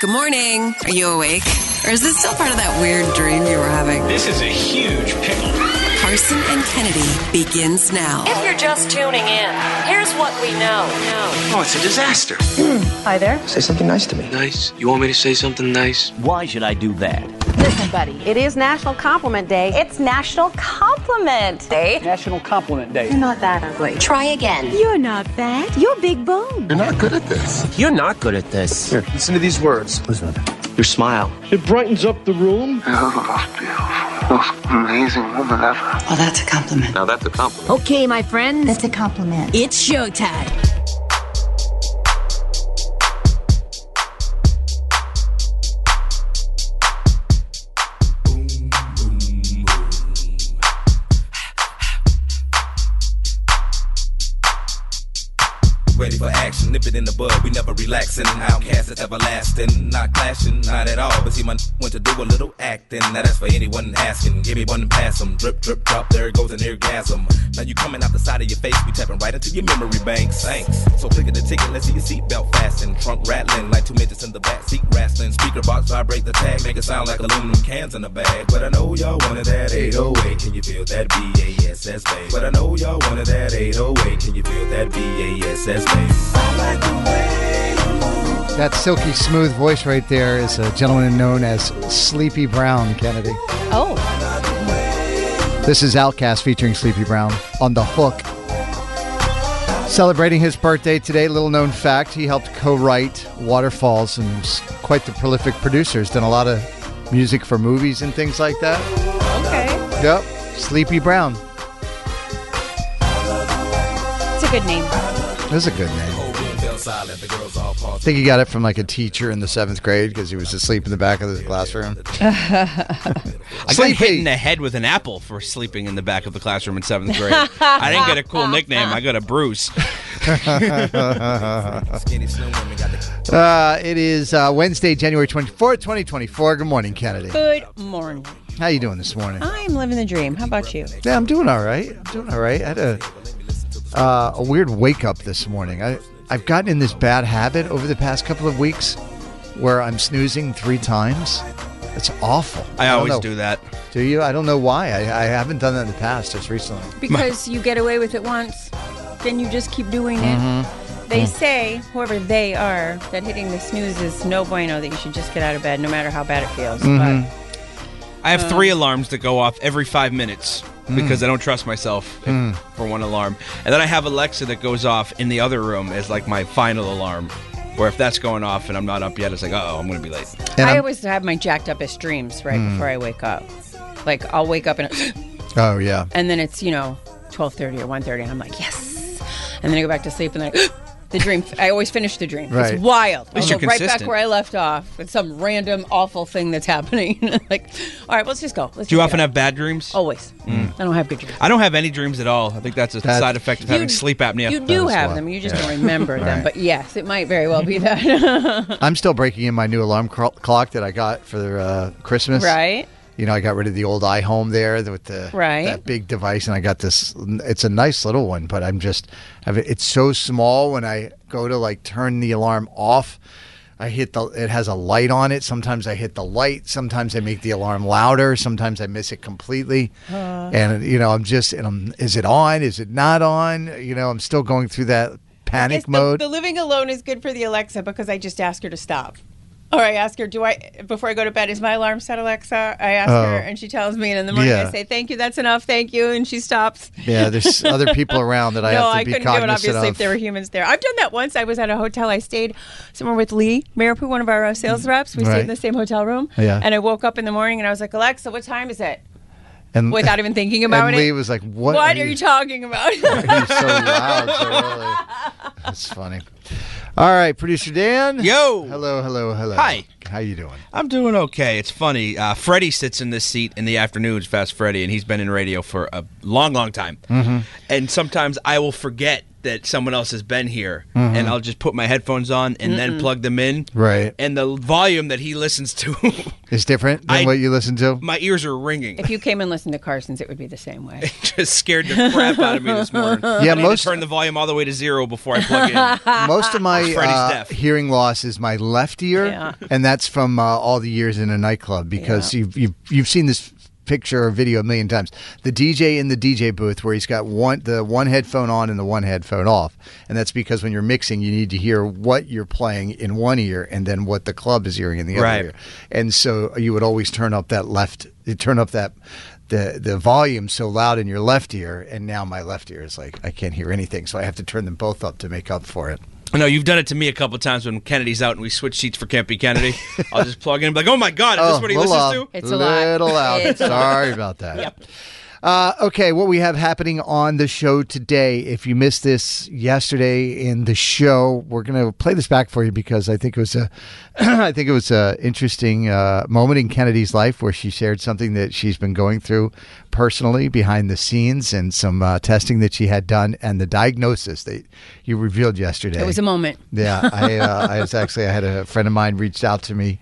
Good morning. Are you awake? Or is this still part of that weird dream you were having? This is a huge pickle. Carson and Kennedy begins now. If you're just tuning in, here's what we know. No. Oh, it's a disaster. Hi there. Say something nice to me. Nice? You want me to say something nice? Why should I do that? Listen, buddy, it is National Compliment Day. It's National Compliment Day. National Compliment Day. You're not that ugly. Try again. You're not fat. You're big boned. You're not good at this. You're not good at this. Here, listen to these words. Listen to them. Your smile. It brightens up the room. You're the most Oh, beautiful, most amazing woman ever. Well, that's a compliment. Now that's a compliment. Okay, my friends. That's a compliment. It's showtime. ready for action. Nip it in the bud, we never relaxing. Outcast is everlasting, not clashing, not at all. But see, my n- went to do a little acting. Now that's for anyone asking. Give me one and pass 'em. Drip, drip, drop, there goes an orgasm. Now you coming out the side of your face, we tapping right into your memory bank. Thanks. So click at the ticket, let's see your seatbelt fasten. Trunk rattling like two midgets in the back seat wrestling. Speaker box vibrate the tag, make it sound like aluminum cans in a bag. But I know y'all wanted that 808. Can you feel that BASS, babe? But I know y'all wanted that 808. Can you feel that BASS, That silky smooth voice right there is a gentleman known as Sleepy Brown Kennedy. Oh. This is Outcast featuring Sleepy Brown on The Hook. Celebrating his birthday today, little known fact, he helped co write Waterfalls and was quite the prolific producer. He's done a lot of music for movies and things like that. Okay. Yep, Sleepy Brown. It's a good name. That's a good name. I think he got it from like a teacher in the seventh grade because he was asleep in the back of the classroom. I got hit in the head with an apple for sleeping in the back of the classroom in seventh grade. I didn't get a cool nickname. I got a Bruce. Uh, it is uh, Wednesday, January 24th, 2024. Good morning, Kennedy. Good morning. How you doing this morning? I'm living the dream. How about you? Yeah, I'm doing all right. I'm doing all right. I had a, uh, a weird wake up this morning. I, I've gotten in this bad habit over the past couple of weeks where I'm snoozing three times. It's awful. I don't always know. do that. Do you? I don't know why. I, I haven't done that in the past, just recently. Because you get away with it once, then you just keep doing it. They say, whoever they are, that hitting the snooze is no bueno, that you should just get out of bed no matter how bad it feels. Mm-hmm. I have Uh. three alarms that go off every five minutes because I don't trust myself if- for one alarm. And then I have Alexa that goes off in the other room as like my final alarm. Where if that's going off and I'm not up yet, it's like, oh, I'm going to be late. But And I I'm- Hmm. always have my jacked up as dreams right before I wake up. Like I'll wake up and Oh, yeah. and then it's, you know, 12:30 or 1:30 and I'm like, "Yes." And then I go back to sleep and then The dream. I always finish the dream. Right. It's wild. At least you're right back consistent. where I left off with some random awful thing that's happening. like, all right, let's just go. Let's Do you just often go." have bad dreams? Hmm. Always. I don't have good dreams. I don't have any dreams at all. I think that's a That's- side effect of having You- sleep apnea. You do is have what- them. You just yeah. don't remember them. Right. But yes, it might very well be that. I'm still breaking in my new alarm cro- clock that I got for uh, Christmas. right? You know, I got rid of the old iHome there with the Right. that big device, and I got this. It's a nice little one, but I'm just, I've, it's so small. When I go to like turn the alarm off, I hit the. It has a light on it. Sometimes I hit the light. Sometimes I make the alarm louder. Sometimes I miss it completely. Uh-huh. and you know, I'm just, and I'm. Is it on? Is it not on? You know, I'm still going through that panic the, mode. the living alone is good for the Alexa because I just ask her to stop. Or I ask her, do I before I go to bed, is my alarm set, Alexa? I ask Oh. her and she tells me and in the morning Yeah. I say, Thank you, that's enough, thank you, and she stops. Yeah, there's other people around that I no, have to I be couldn't do it. cognizant Obviously, of. if there were humans there, I've done that once. I was at a hotel. I stayed somewhere with Lee Maripu, one of our uh, sales reps. We stayed Mm, Right. in the same hotel room. Yeah. And I woke up in the morning and I was like, Alexa, what time is it? and Without even thinking about and it. Lee was like, "What? What are you talking about? so loud, so early. That's funny. All right, producer Dan. Yo. Hello, hello, hello. Hi. How you doing? I'm doing okay. It's funny. Uh, Freddie sits in this seat in the afternoons, Fast Freddie, and he's been in radio for a long, long time. Mm-hmm. And sometimes I will forget that someone else has been here, Mhm. and I'll just put my headphones on and then Mm-mm. plug them in. Right. And the volume that he listens to, It's different than I- what you listen to. my ears are ringing. if you came and listened to Carson's, it would be the same way. Just scared the crap out of me this morning. Yeah, I need most- to turn the volume all the way to zero before I plug in. Most of my Freddie's uh, deaf. hearing loss is my left ear, Yeah. and that's from uh, all the years in a nightclub because you've, you've you've seen this picture or video a million times. The DJ in the DJ booth where he's got one the one headphone on and the one headphone off, and that's because when you're mixing, you need to hear what you're playing in one ear and then what the club is hearing in the Right. other ear, and so you would always turn up that left, turn up that. The, the volume so loud in your left ear, and now my left ear is like I can't hear anything, so I have to turn them both up to make up for it. No, you've done it to me a couple times when Kennedy's out and we switch seats for Campy Kennedy. I'll just plug in and be like, oh my God, is Oh, this what he little listens loud. to? It's a lot. Little loud. It's a lot. Sorry about that. Uh, okay, what we have happening on the show today. If you missed this yesterday in the show, we're going to play this back for you because I think it was a, I think it was a interesting uh, moment in Kennedy's life where she shared something that she's been going through personally behind the scenes and some uh, testing that she had done and the diagnosis that you revealed yesterday. It was a moment. Yeah, I, uh, I was actually I had a friend of mine reached out to me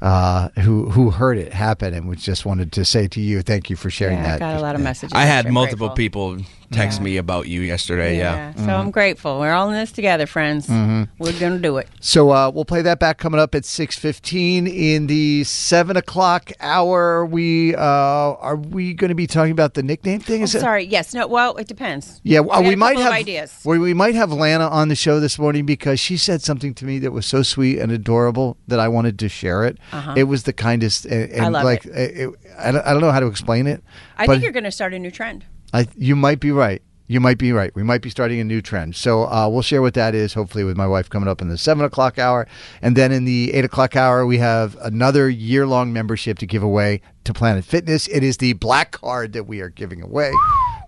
uh, who who heard it happen and was just wanted to say to you, thank you for sharing Yeah, I that. got a lot of messages. I had I'm multiple grateful. people text me about you yesterday. Yeah. Mm. Mm-hmm. So I'm grateful. We're all in this together, friends. Mhm. We're gonna do it. So uh, we'll play that back coming up at six fifteen in the seven o'clock hour. We uh, are we going to be talking about the nickname thing? I'm Is it- Oh, sorry. Yes. No. Well, it depends. Yeah, uh, had we a might couple of have ideas. We, we might have Lana on the show this morning because she said something to me that was so sweet and adorable that I wanted to share it. Uh-huh. It was the kindest, and, and I love like it. It, it- I, don't, I don't know how to explain it. I but think you're gonna start a new trend. I, you might be right. You might be right. We might be starting a new trend. So uh, we'll share what that is, hopefully, with my wife coming up in the seven o'clock hour. And then in the eight o'clock hour, we have another year long membership to give away to Planet Fitness. It is the black card that we are giving away,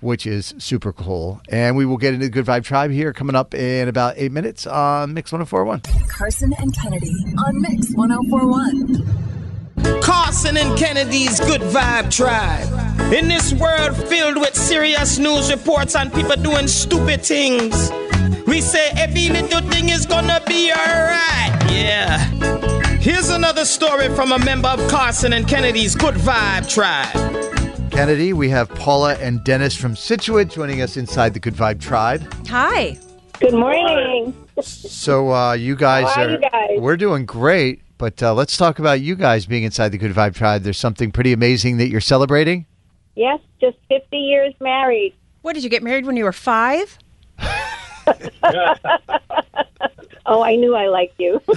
which is super cool. And we will get into the Good Vibe Tribe here coming up in about eight minutes on Mix 1041. Carson and Kennedy on Mix 1041. Carson and Kennedy's Good Vibe Tribe. In this world filled with serious news reports and people doing stupid things, we say every little thing is gonna be alright. Yeah. Here's another story from a member of Carson and Kennedy's Good Vibe Tribe. Kennedy, we have Paula and Dennis from Situate joining us inside the Good Vibe Tribe. Hi. Good morning. So uh, you guys How are are you guys? we're doing great, but uh, let's talk about you guys being inside the Good Vibe Tribe. There's something pretty amazing that you're celebrating. Yes, just 50 years married. What did you get married when you were five? Oh, I knew I liked you.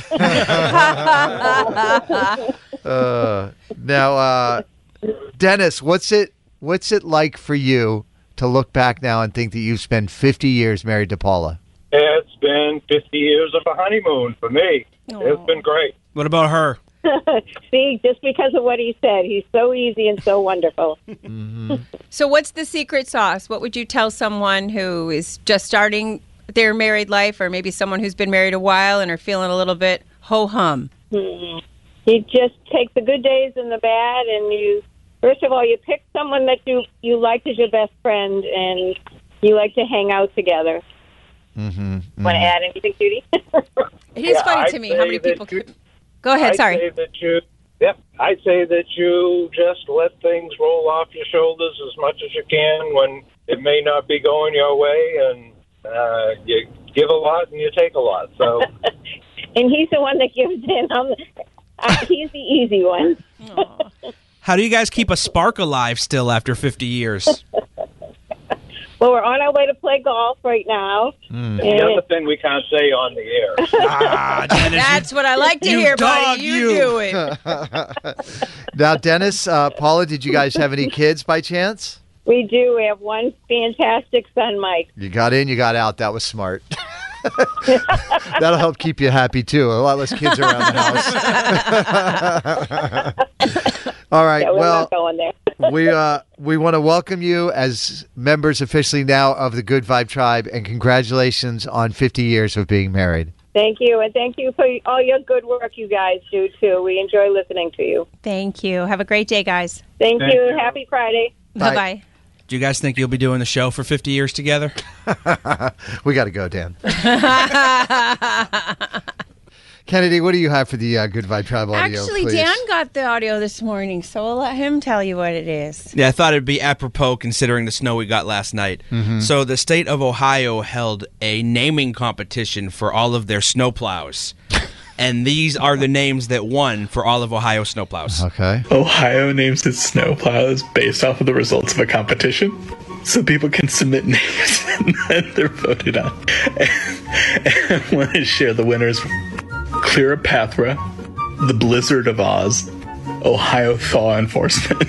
Uh, now, uh, Dennis, what's it what's it like for you to look back now and think that you've spent 50 years married to Paula? It's been 50 years of a honeymoon for me. It's been great. What about her? See, just because of what he said, he's so easy and so wonderful. So what's the secret sauce? What would you tell someone who is just starting their married life, or maybe someone who's been married a while and are feeling a little bit ho hum? Hmm. you just take the good days and the bad, and you first of all you pick someone that you you like as your best friend, and you like to hang out together. Mm-hmm. Want to add anything, Judy? It is funny to me how many people could- Go ahead. I sorry. Say that you, yep, I say that you just let things roll off your shoulders as much as you can when it may not be going your way, and uh, you give a lot and you take a lot. So and he's the one that gives in. I'm, I, he's the easy one. How do you guys keep a spark alive still after 50 years? Well, we're on our way to play golf right now. And Hmm. the other thing we can't say on the air. That's what I like to hear, buddy. Ah, You, do it. now, Dennis, uh, Paula, did you guys have any kids by chance? We do. We have one fantastic son, Mike. You got in, you got out. That was smart. That'll help keep you happy too. A lot less kids around the house. All right. Yeah, we're well, not going there. we uh, we want to welcome you as members officially now of the Good Vibe Tribe, and congratulations on 50 years of being married. Thank you, and thank you for all your good work you guys do too. We enjoy listening to you. Thank you. Have a great day, guys. Thank, Thank you. you. Happy Friday. Bye bye. Do you guys think you'll be doing the show for 50 years together? we got to go, Dan. Kennedy, what do you have for the uh, Good Vibe Tribe audio? Actually, please? Dan got the audio this morning, so we'll let him tell you what it is. Yeah, I thought it'd be apropos considering the snow we got last night. Mhm. So the state of Ohio held a naming competition for all of their snowplows. and these are the names that won for all of Ohio snowplows. Okay. Ohio names its snowplows based off of the results of a competition. So people can submit names and then they're voted on. And I want to share the winners Cleopatra, the Blizzard of Oz, Ohio Thaw Enforcement,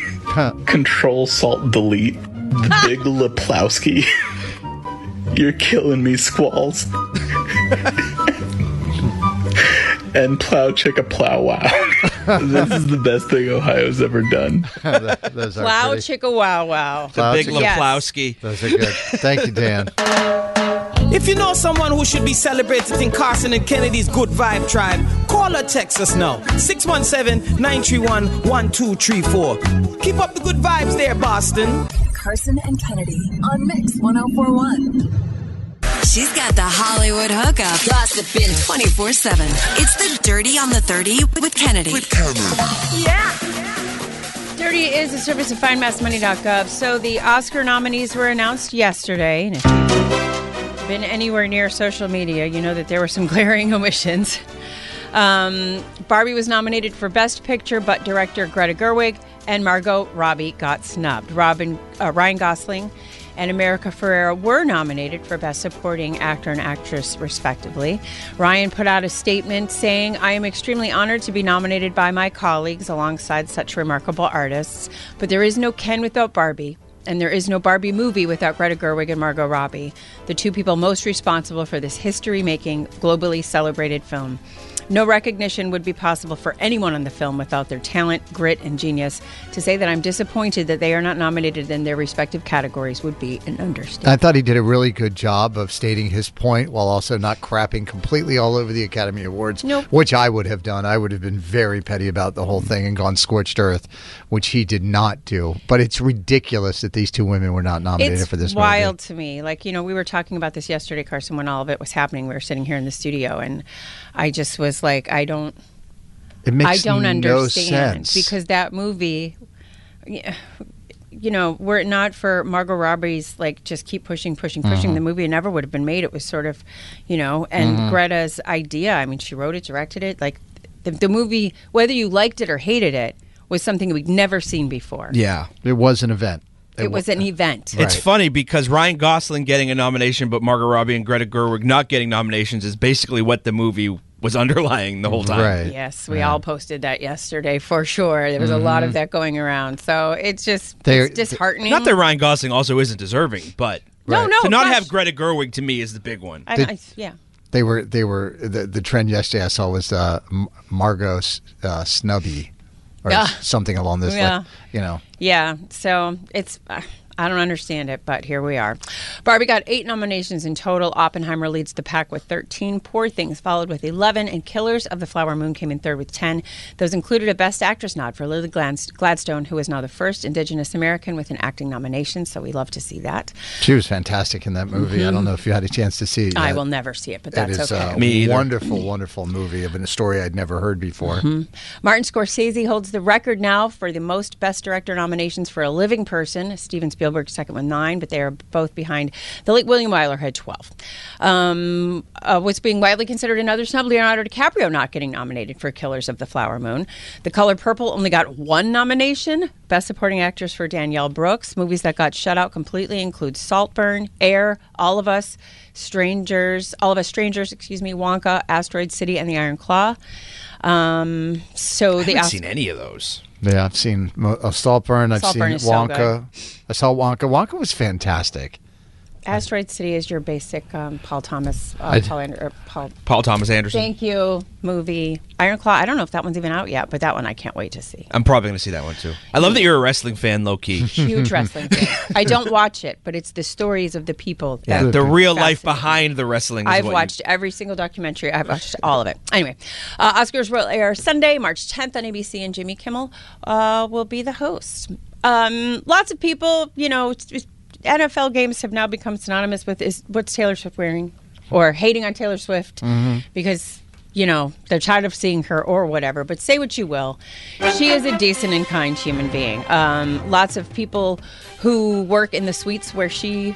Control Salt Delete, the Big Leplowski, You're Killing Me Squalls, and Plow Chicka Plow Wow. this is the best thing Ohio's ever done. Those Wow, chicka wow wow. Plow Big Chicka- Yes. Leplowski. Those are good. Thank you, Dan. If you know someone who should be celebrated in Carson and Kennedy's Good Vibe Tribe, call or text us now. 617 931 1234. Keep up the good vibes there, Boston. Carson and Kennedy on Mix 1041. She's got the Hollywood hookup. Gossiping 24 7. It's the Dirty on the 30 with Kennedy. With Kennedy. Dirty is a service of findmassmoney.gov. So the Oscar nominees were announced yesterday. And if you've been anywhere near social media, you know that there were some glaring omissions. Um, Barbie was nominated for Best Picture, but director Greta Gerwig and Margot Robbie got snubbed. Robin uh, Ryan Gosling and America Ferrera were nominated for Best Supporting Actor and Actress, respectively. Ryan put out a statement saying, I am extremely honored to be nominated by my colleagues alongside such remarkable artists, but there is no Ken without Barbie. And there is no Barbie movie without Greta Gerwig and Margot Robbie, the two people most responsible for this history making, globally celebrated film. No recognition would be possible for anyone on the film without their talent, grit, and genius. To say that I'm disappointed that they are not nominated in their respective categories would be an understatement. I thought he did a really good job of stating his point while also not crapping completely all over the Academy Awards, Nope. which I would have done. I would have been very petty about the whole thing and gone scorched earth, which he did not do. But it's ridiculous that these two women were not nominated it's for this wild to me. Like you know, we were talking about this yesterday, Carson, when all of it was happening. We were sitting here in the studio, and I just was like, I don't, movie. It makes I don't no understand sense. because that movie. yeah, You know, were it not for Margot Robbie's like just keep pushing, pushing, pushing, Mhm. the movie never would have been made. It was sort of, you know, and Mhm. Greta's idea. I mean, she wrote it, directed it. Like the, the movie, whether you liked it or hated it, was something we'd never seen before. Yeah. It was an event. It, was an event. It's funny because Ryan Gosling getting a nomination, but Margot Robbie and Greta Gerwig not getting nominations is basically what the movie was underlying the whole time. Yes, we all posted that yesterday for sure. There was a lot of that going around. So it's just They're- it's disheartening. Not that Ryan Gosling also isn't deserving, but No, Right. no, to not gosh. have Greta Gerwig to me is the big one. I, Did- I- yeah. They were. They were. The, the trend yesterday I saw was uh, M- Margot uh, Snubby or Yeah. something along this. Yeah. Like, you know. Yeah. So it's. Uh, I don't understand it, but here we are. Barbie got eight nominations in total. Oppenheimer leads the pack with 13. Poor Things followed with 11, and Killers of the Flower Moon came in third with 10. Those included a Best Actress nod for Lily Glans- Gladstone, who is now the first Indigenous American with an acting nomination. So we love to see that. She was fantastic in that movie. I don't know if you had a chance to see it. Mm-hmm. I yet. will never see it, but That that's is okay. a wonderful, wonderful movie of a story I'd never heard before. Mm-hmm. Martin Scorsese holds the record now for the most Best Director nominations for a living person. Steven Spielberg. Spielberg second with nine, but they are both behind. The late William Wyler had 12. Um, uh, what's being widely considered another snub Leonardo DiCaprio not getting nominated for Killers of the Flower Moon. The Color Purple only got one nomination. Best Supporting Actress for Danielle Brooks. Movies that got shut out completely include Saltburn, Air, All of Us, Strangers, All of Us Strangers, excuse me, Wonka, Asteroid City, and The Iron Claw. Um, so I the haven't Os- seen any of those. Yeah, I've seen Mo- uh, Saltburn. I've Saltburn is seen so Wonka. I saw Wonka. Wonka was fantastic. Asteroid City is your basic um, Paul Thomas, uh, I'd- Paul, Ander- uh, Paul Paul Thomas Anderson. Thank you. Movie Iron Claw. I don't know if that one's even out yet, but that one I can't wait to see. I'm probably going to see that one too. I love that you're a wrestling fan, low key. Huge wrestling fan. I don't watch it, but it's the stories of the people. Yeah, that- the real life behind the wrestling. Is I've what you- watched every single documentary. I've watched all of it. Anyway, uh, Oscars will air Sunday, March 10th on ABC, and Jimmy Kimmel uh, will be the host. Um, lots of people, you know, it's- it's- NFL games have now become synonymous with is what's Taylor Swift wearing or hating on Taylor Swift because you know they're tired of seeing her or whatever but say what you will she is a decent and kind human being um, lots of people who work in the suites where she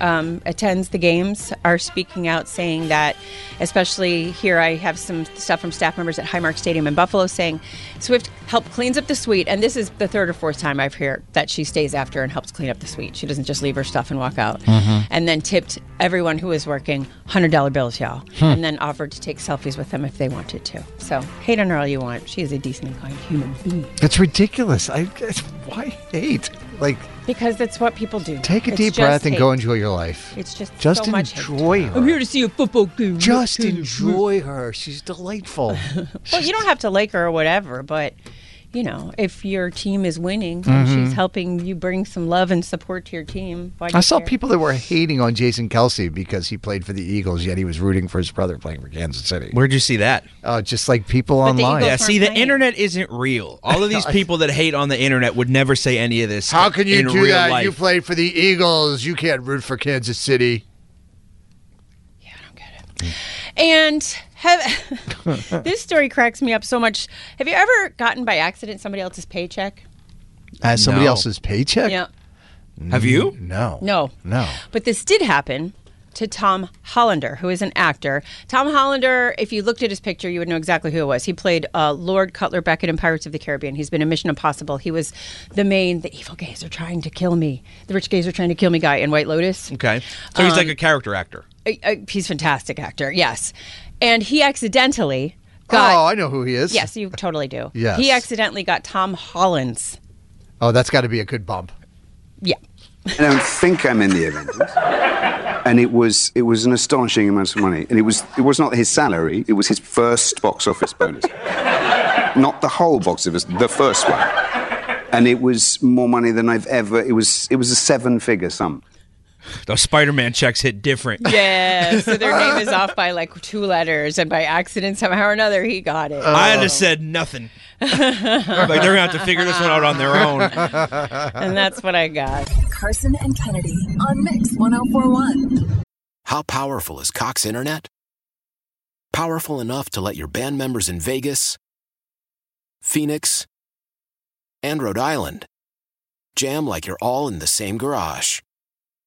um, attends the games are speaking out saying that especially here i have some stuff from staff members at highmark stadium in buffalo saying swift helped cleans up the suite and this is the third or fourth time i've heard that she stays after and helps clean up the suite she doesn't just leave her stuff and walk out Mm-hmm. Mhm. and then tipped everyone who was working $100 bills, y'all, Hmm. and then offered to take selfies with them if they wanted to. So hate on her all you want. She is a decent and kind human being. It's ridiculous. I it's- why hate? Like Because that's what people do. take a It's deep just breath and hate. go enjoy your life. It's just just so much hate. enjoy her. I'm here to see a football game. Just enjoy her. She's delightful. Well, you don't have to like her or whatever, but you know, if your team is winning and Mhm. she's helping you bring some love and support to your team, why do I you saw care? people that were hating on Jason Kelsey because he played for the Eagles, yet he was rooting for his brother playing for Kansas City. Where'd you see that? Uh, just like people online. Yeah, see, the internet isn't real. All of these people that hate on the internet would never say any of this. How can you in do real that? Life. You played for the Eagles. You can't root for Kansas City. And have, this story cracks me up so much. Have you ever gotten by accident somebody else's paycheck? As somebody No. else's paycheck? Yeah. Have you? No. No. No. But this did happen to Tom Hollander, who is an actor. Tom Hollander, if you looked at his picture, you would know exactly who it was. He played uh, Lord Cutler Beckett in Pirates of the Caribbean. He's been in Mission Impossible. He was the main, the evil gays are trying to kill me, the rich gays are trying to kill me guy in White Lotus. Okay, so he's Um, like a character actor. Uh, uh, he's a fantastic actor, yes. And he accidentally got. Oh, I know who he is. Yes, you totally do. Yes. He accidentally got Tom Holland's. Oh, that's got to be a good bump. Yeah. I don't think I'm in the Avengers. And it was it was an astonishing amount of money. And it was it was not his salary, it was his first box office bonus. not the whole box office, the first one. And it was more money than I've ever it was it was a seven figure sum. Those Spider-Man checks hit different. Yeah, so their name is off by like two letters, and by accident, somehow or another, he got Oh. it. I just said nothing. like they're gonna have to figure this one out on their own. and that's what I got. Carson and Kennedy on Mix 1041. How powerful is Cox Internet? Powerful enough to let your band members in Vegas, Phoenix, and Rhode Island jam like you're all in the same garage.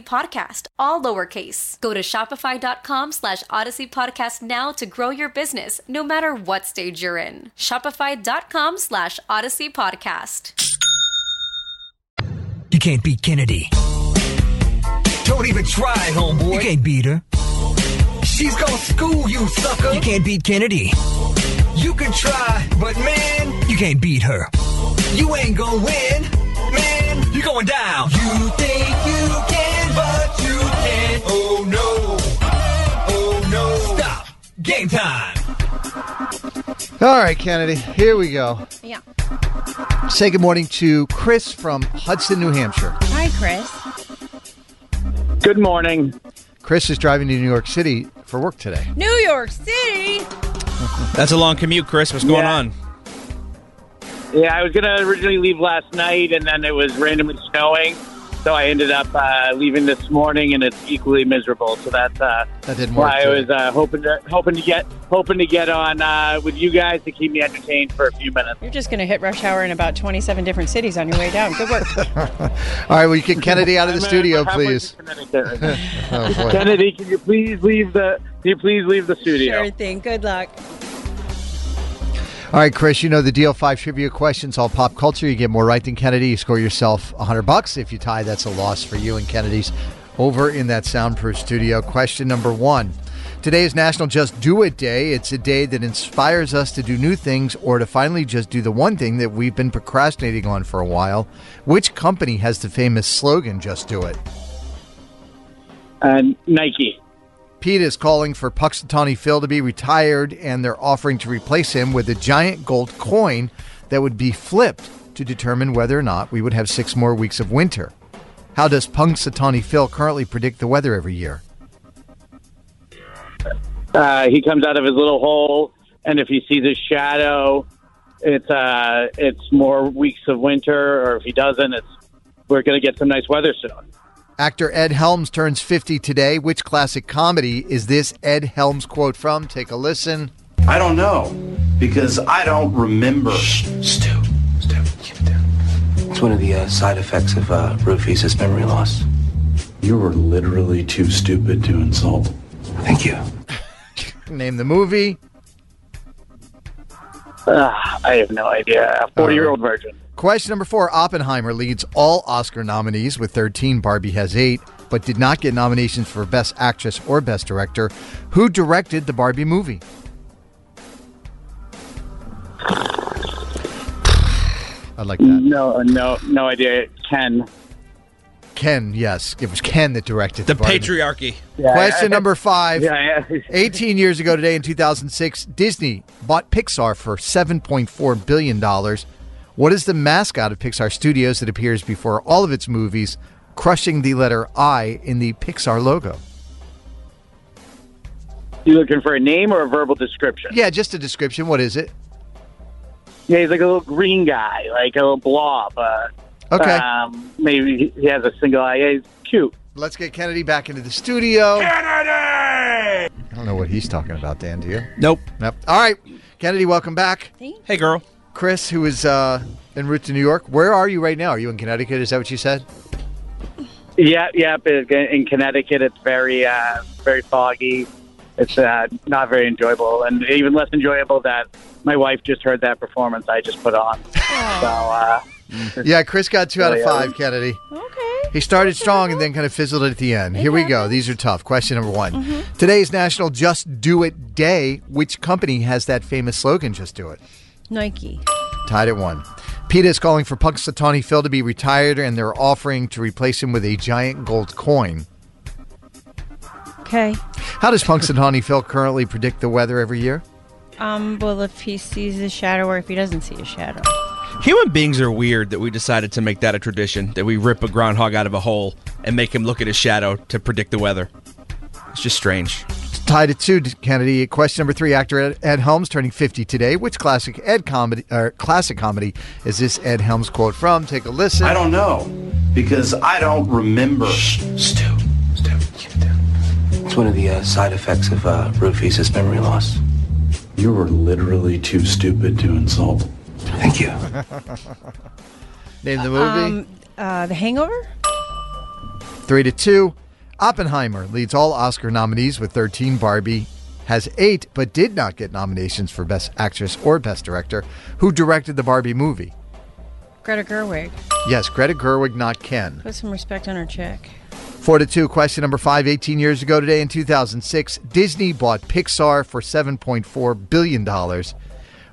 podcast, all lowercase. Go to shopify.com slash odyssey podcast now to grow your business no matter what stage you're in. Shopify.com slash odyssey podcast. You can't beat Kennedy. Don't even try, homeboy. You can't beat her. She's gonna school you, sucker. You can't beat Kennedy. You can try, but man, you can't beat her. You ain't gonna win, man. You're going down. You think you can, but you can't. Oh no. Oh no. Stop. Game time. All right, Kennedy, here we go. Yeah. Say good morning to Chris from Hudson, New Hampshire. Hi, Chris. Good morning. Chris is driving to New York City for work today. New York City. That's a long commute, Chris. What's going on? Yeah, I was going to originally leave last night, and then it was randomly snowing. So I ended up uh, leaving this morning, and it's equally miserable. So that's uh, That didn't work. why I did it? was uh, hoping to hoping to get hoping to get on uh, with you guys to keep me entertained for a few minutes. You're just going to hit rush hour in about 27 different cities on your way down. Good work. All right, well, you get Kennedy out of the I'm, uh, studio, halfway to please. Connecticut right Oh, now. boy. Kennedy, can you please leave the can you please leave the studio? Sure thing. Good luck. All right, Chris, you know the deal. Five trivia questions, all pop culture. You get more right than Kennedy. You score yourself 100 bucks. If you tie, that's a loss for you and Kennedy's over in that soundproof studio. Question number one. Today is National Just Do It Day. It's a day that inspires us to do new things or to finally just do the one thing that we've been procrastinating on for a while. Which company has the famous slogan, Just Do It? Uh, Nike. Pete is calling for Puxatawny Phil to be retired, and they're offering to replace him with a giant gold coin that would be flipped to determine whether or not we would have six more weeks of winter. How does Punxsutawney Phil currently predict the weather every year? Uh, he comes out of his little hole, and if he sees a shadow, it's uh, it's more weeks of winter. Or if he doesn't, it's we're going to get some nice weather soon. Actor Ed Helms turns 50 today. Which classic comedy is this Ed Helms quote from? Take a listen. I don't know because I don't remember. Shh, Stu. Stu, keep it down. It's one of the uh, side effects of uh, roofies is memory loss. You were literally too stupid to insult. Thank you. Name the movie. Uh, I have no idea. A forty-year-old virgin. Question number four Oppenheimer leads all Oscar nominees with 13. Barbie has eight, but did not get nominations for Best Actress or Best Director. Who directed the Barbie movie? I like that. No, no, no idea. Ken. Ken, yes. It was Ken that directed the, The Barbie. patriarchy. Question number five. 18 years ago today in 2006, Disney bought Pixar for $7.4 billion. What is the mascot of Pixar Studios that appears before all of its movies, crushing the letter I in the Pixar logo? You looking for a name or a verbal description? Yeah, just a description. What is it? Yeah, he's like a little green guy, like a little blob. Uh, Okay. Um, maybe he has a single eye. Yeah, he's cute. Let's get Kennedy back into the studio. Kennedy! I don't know what he's talking about, Dan, do you? Nope. Nope. All right. Kennedy, welcome back. Hey, girl. Chris, who is uh, en route to New York, where are you right now? Are you in Connecticut? Is that what you said? Yep, yep. it- In Connecticut, it's very, uh, very foggy. it's uh, not very enjoyable, and even less enjoyable that my wife just heard that performance I just put on. So uh, Yeah, Chris got two out of Really, I five, was- Kennedy. Okay. He started strong and then kind of fizzled at the end. Here we go. These are tough. Question number one. Today's National Just Do It Day. Which company has that famous slogan, Just Do It? Nike. Tied at one. PETA is calling for Punxsutawney Phil to be retired, and they're offering to replace him with a giant gold coin. Okay. How does Punxsutawney Phil currently predict the weather every year? Um, well, if he sees a shadow or if he doesn't see a shadow. Human beings are weird that we decided to make that a tradition that we rip a groundhog out of a hole and make him look at his shadow to predict the weather. It's just strange. Tied at two, Kennedy. Question number three: Actor Ed, Ed Helms turning fifty today. Which classic Ed comedy or classic comedy is this Ed Helms quote from? Take a listen. I don't know because I don't remember. Stu. It's one of the uh, side effects of uh, roofies is memory loss. You were literally too stupid to insult. Thank you. Name the movie. Um, uh, the Hangover. Three to two. Oppenheimer leads all Oscar nominees with 13. Barbie has eight, but did not get nominations for Best Actress or Best Director. Who directed the Barbie movie? Greta Gerwig. Yes, Greta Gerwig, not Ken. Put some respect on her check. Four to two. Question number five. 18 years ago today in 2006, Disney bought Pixar for $7.4 billion.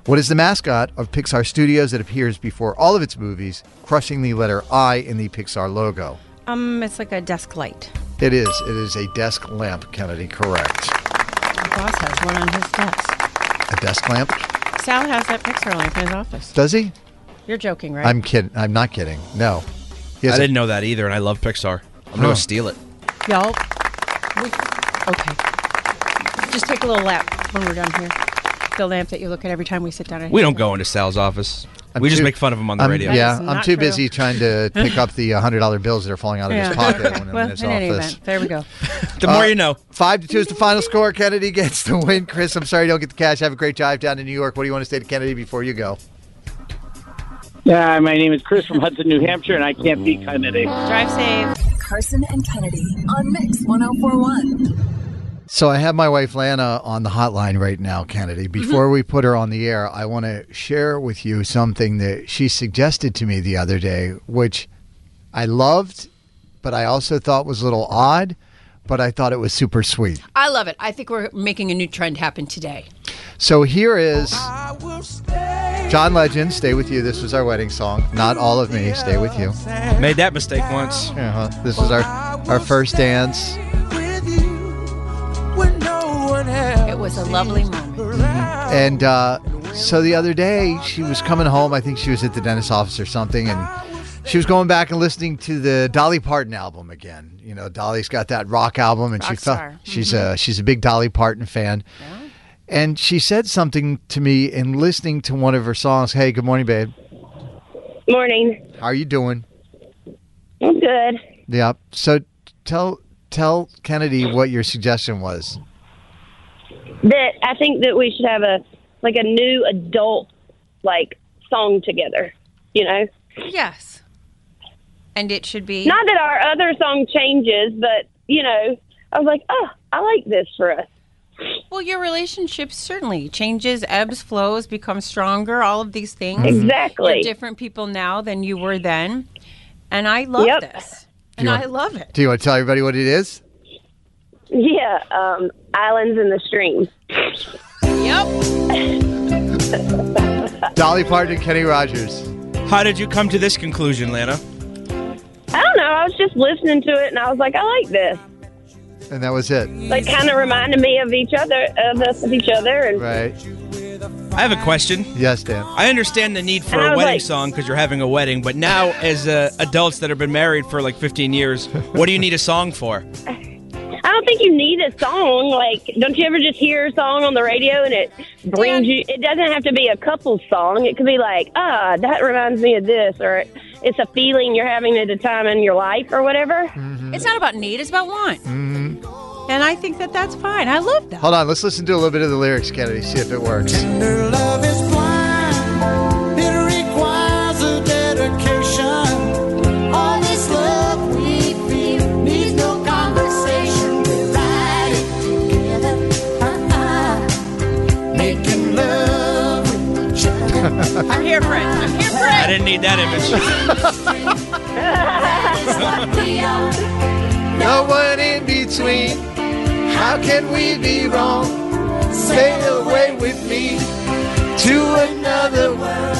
What is the mascot of Pixar Studios that appears before all of its movies, crushing the letter I in the Pixar logo? Um, it's like a desk light. It is. It is a desk lamp, Kennedy. Correct. My boss has one on his desk. A desk lamp? Sal has that picture lamp in his office. Does he? You're joking, right? I'm kidding. I'm not kidding. No. He I has a- didn't know that either, and I love Pixar. I'm Huh. gonna steal it. Y'all. we- Okay. Just take a little lap when we're done here. The lamp that you look at every time we sit down. at We his don't desk. go into Sal's office. I'm we just too- make fun of him on the I'm- radio. Yeah, That is I'm not too true. busy trying to pick up the $100 bills that are falling out of his pocket when I'm well, in his any office. event, there we go. The more you Uh, know. Uh, Five to two is the final score. Kennedy gets the win. Chris, I'm sorry you don't get the cash. Have a great drive down to New York. What do you want to say to Kennedy before you go? yeah, my name is Chris from Hudson, New Hampshire, and I can't be Kennedy. Drive safe. Carson and Kennedy on Mix 1041. So I have my wife Lana on the hotline right now, Kennedy. Mm-hmm. Before we put her on the air, I want to share with you something that she suggested to me the other day, which I loved, but I also thought was a little odd, but I thought it was super sweet. I love it. I think we're making a new trend happen today. So here is John Legend, Stay With You. This was our wedding song. Not All of Me, Stay With You. Made that mistake once. Uh-huh. This was our, our first dance. It was a lovely moment. And uh, so the other day, she was coming home. I think she was at the dentist's office or something, and she was going back and listening to the Dolly Parton album again. You know, Dolly's got that rock album, and she felt Rockstar. she's Mm-hmm. a she's a big Dolly Parton fan. And she said something to me in listening to one of her songs. Hey, good morning, babe. Morning. How are you doing? I'm good. Yeah. So tell tell Kennedy what your suggestion was. That I think that we should have a like a new adult like song together. You know, Yes. And it should be not that our other song changes, but you know, I was like, oh, I like this for us. Well, your relationship certainly changes, ebbs, flows, becomes stronger, all of these things. Mhm. Exactly. You're different people now than you were then. And I love this. And you I want- love it. Do you want to tell everybody what it is? Yeah, um, islands in the stream. Dolly Parton and Kenny Rogers. How did you come to this conclusion, Lana? I don't know. I was just listening to it, and I was like, I like this. And that was it. Like, kind of reminded me of each other, of us with each other, and Right. I have a question. Yes, Dan. I understand the need for And I a was wedding like- song because you're having a wedding, but now as uh, adults that have been married for like 15 years, what do you need a song for? I don't think you need a song. Like, don't you ever just hear a song on the radio and it brings you? It doesn't have to be a couple song. It could be like, ah, that reminds me of this, or it's a feeling you're having at a time in your life, or whatever. It's not about need, it's about want. And I think that that's fine. I love that. Mm-hmm. Hold on, let's listen to a little bit of the lyrics, Kennedy, see if it works. I'm here for it. I'm here for I didn't need that it. No one in between. How can we be wrong? Sail away with me to another world.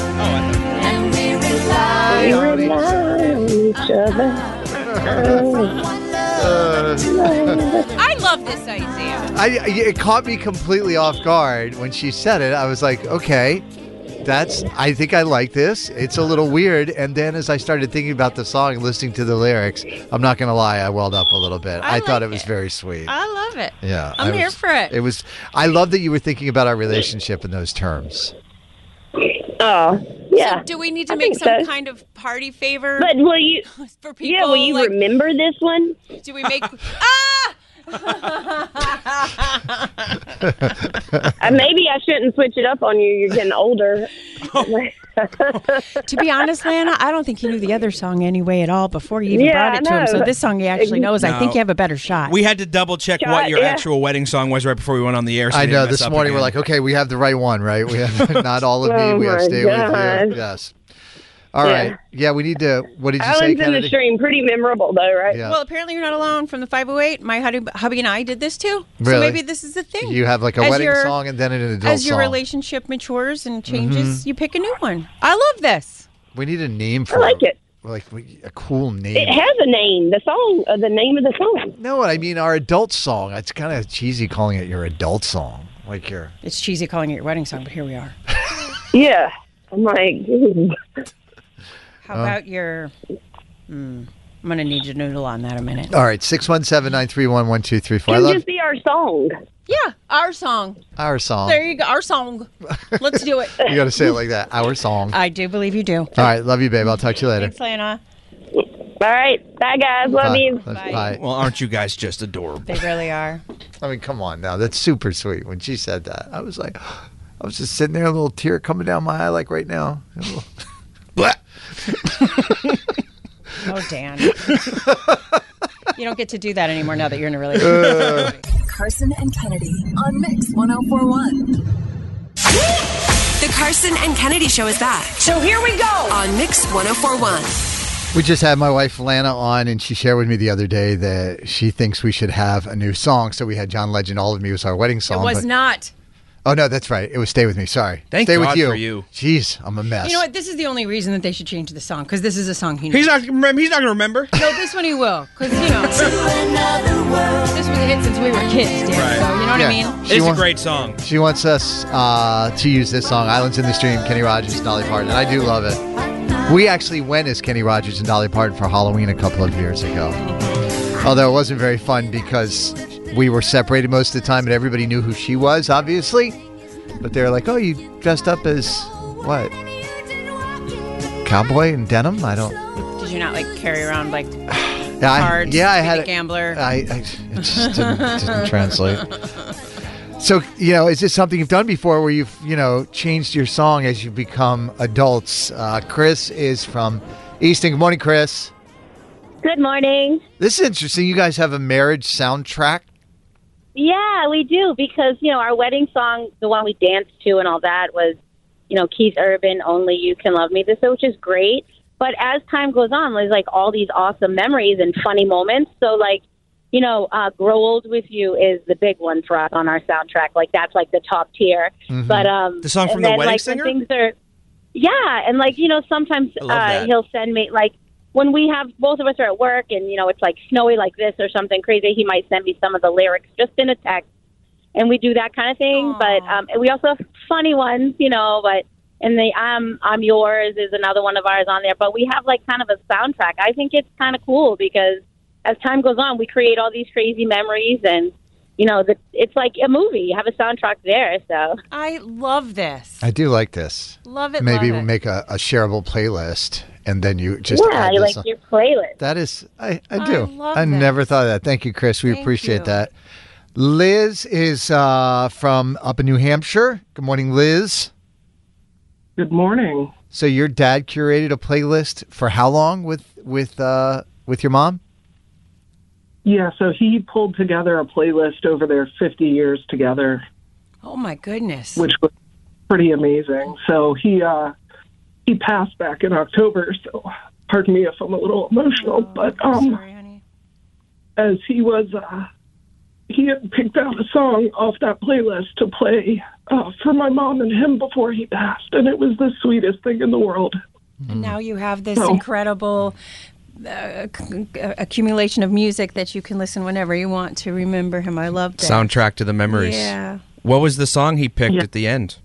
And we rely on each Uh, I love this idea. I, it caught me completely off guard when she said it. I was like, okay, that's. I think I like this. It's a little weird. And then as I started thinking about the song, and listening to the lyrics, I'm not gonna lie, I welled up a little bit. I, thought it was very sweet. I love it. yeah, I'm I here was- for it. It was. I love that you were thinking about our relationship in those terms. Oh, yeah. So do we need to I make think some so. kind of party favor? But will you? for people? Yeah, will you like, remember this one? Uh, Do we make? ah! Uh, maybe I shouldn't switch it up on you. You're getting older. to be honest, Lana, I don't think he knew the other song anyway at all before you even Yeah, brought I it to him. So know. this song he actually knows. I think No. you have a better shot. We had to double check what your yeah. actual wedding song was right before we went on the air. so I we know. didn't mess This up morning we're again. like, okay, we have the right one, right? We have not all of me. Oh we have my stay with you. God. Yes. All Yeah. right. yeah. we need to. What did you Alan's say, in Kennedy? the stream. Pretty memorable, though, right? Yeah. Well, apparently you're not alone. From the 508, my hubby, hubby and I did this too. So Really? maybe this is the thing. You have like a As wedding your- song and then an adult As your song. relationship matures and changes, Mm-hmm. you pick a new one. I love this. we need a name for. like it. Like we- a cool name. It has a name. The song, uh, the name of the song. no, I mean our adult song. It's kind of cheesy calling it your adult song. Like your. It's cheesy calling it your wedding song, but here we are. Yeah. I'm like, ooh. How Oh. about your? Hmm, I'm gonna need you to noodle on that a minute. All right, six one seven nine three one one two three four. I Can love just be our song. Yeah, our song. our song. There you go, our song. Let's do it. You got to say it like that. Our song. I do believe you do. All right, love you, babe. I'll talk to you later. Thanks, Lana. All right. Bye, guys. Love Bye. you. Bye. Bye. Well, aren't you guys just adorable? They really are. I mean, come on now. That's super sweet. When she said that, I was like, I was just sitting there, a little tear coming down my eye, like right now. A little- Blah. Oh, Dan. you don't get to do that anymore now that you're in a Uh. relationship. Carson and Kennedy on Mix 1041. The Carson and Kennedy Show is back. So here we go on Mix 1041. we just had my wife Lana on, and she shared with me the other day that she thinks we should have a new song. So we had John Legend. All of me was our wedding it song. was but- not. Oh no, that's right. It was Stay with Me. Sorry. Thank Stay God with you. for you. Jeez, I'm a mess. You know what? This is the only reason that they should change the song because this is a song he knows. He's not. remem- He's not gonna remember. No, this one he will because you know. this was a hit since we were kids, Dan. So you know what I Yeah. mean. She It's a wants- great song. She wants us uh, to use this song, Islands in the Stream, Kenny Rogers and Dolly Parton. I do love it. We actually went as Kenny Rogers and Dolly Parton for Halloween a couple of years ago. Although it wasn't very fun because we were separated most of the time and everybody knew who she was, obviously. But they were like, oh, you dressed up as what? Cowboy in denim? I don't. Did you not like carry around like Yeah, I- cards? yeah, I be had the it. gambler. I, I it just didn't, didn't translate. So you know, is this something you've done before, where you've you know changed your song as you become adults? Uh, Chris is from Easton. Good morning, Chris. Good morning. This is interesting. You guys have a marriage soundtrack. Yeah, we do because you know our wedding song, the one we danced to and all that, was you know Keith Urban, "Only You Can Love Me," this which is great. But as time goes on, there's like all these awesome memories and funny moments. So like, you know, uh, "Grow Old with You" is the big one for us on our soundtrack. Like that's like the top tier. Mhm. But um, The song from and The then, Wedding like, Singer? When things are Yeah, and like you know, sometimes I love uh, that. he'll send me like when we have both of us are at work, and you know it's like snowy like this or something crazy. He might send me some of the lyrics just in a text, and we do that kind of thing. But um, and we also have funny ones, you know. But and the "I'm I'm Yours" is another one of ours on there. But we have like kind of a soundtrack. I think it's kind of cool because as time goes on, we create all these crazy memories, and you know, the, it's like a movie. You have a soundtrack there, so I love this. I do like this. Love it, Maybe love we'll it. make a, a shareable playlist, and then you just yeah, add you this like on. your playlist. That is, I, I I do. love never thought of that. Thank you, Chris. We Thank appreciate you. that. Liz is uh, from up in New Hampshire. Good morning, Liz. Good morning. So your dad curated a playlist for how long with with uh, with your mom? Yeah, so he pulled together a playlist over their 50 years together, Oh my goodness. which was pretty amazing. So he uh, he passed back in October. So pardon me if I'm a little emotional, but um, as he was, uh, he had picked out a song off that playlist to play uh, for my mom and him before he passed, and it was the sweetest thing in the world. Mm. And now you have this No. incredible uh, c- c- accumulation of music that you can listen whenever you want to remember him. I love that. Soundtrack to the memories. Yeah. What was the song he picked at the end?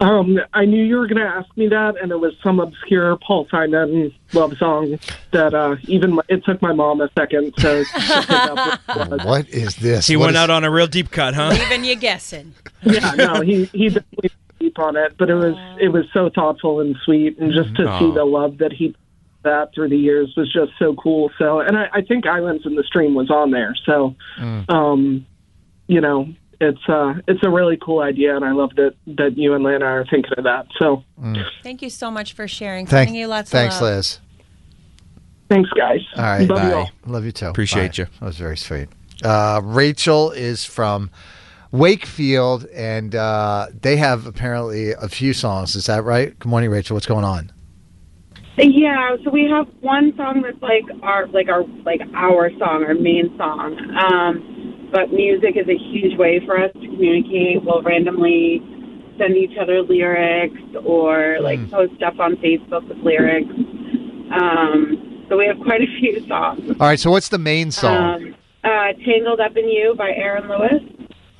Um, I knew you were going to ask me that, and it was some obscure Paul Simon love song that uh, even my, it took my mom a second to. to pick up what it was. What is this? He What went is- out on a real deep cut, huh? Even you guessing. yeah, no, he he definitely went deep on it, but it was it was so thoughtful and sweet, and just to see Aw. the love that he put that through the years was just so cool. So, and I, I think Islands in the Stream was on there, so Mm. um, you know, it's uh, it's a really cool idea, and I love that that you and Lana are thinking of that. So, Thank you so much for sharing. Thank- Sending you lots Thanks, of love. Liz. Thanks, guys. All right, Love you bye. all. Love you too. Appreciate you. That was very sweet. Uh, Rachel is from Wakefield, and uh, they have apparently a few songs. Is that right? Good morning, Rachel. What's going on? Yeah, so we have one song that's like our like our like our song, our main song. Um, but music is a huge way for us to communicate. We'll randomly send each other lyrics or like post stuff on Facebook with lyrics. Um, so we have quite a few songs. All right. So, what's the main song? Um, uh, Tangled Up in You by Aaron Lewis.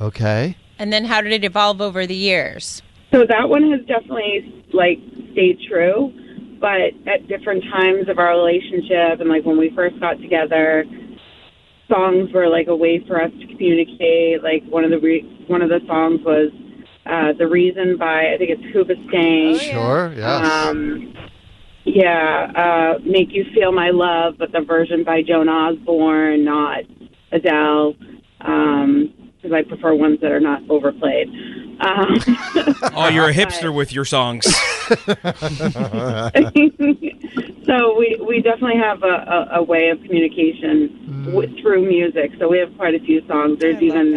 okay. And then how did it evolve over the years? So that one has definitely like stayed true, but at different times of our relationship and like when we first got together, songs were like a way for us to communicate. Like one of the re- one of the songs was uh, "The Reason" by I think it's Hooba Stank. Oh, Sure. Yes. Um, yeah, uh, "Make You Feel My Love," but the version by Joan Osborne, not Adele, because I prefer ones that are not overplayed. Um, Oh, you're a hipster with your songs. so we we definitely have a, a, a way of communication wi Mm. through music. So we have quite a few songs. There's even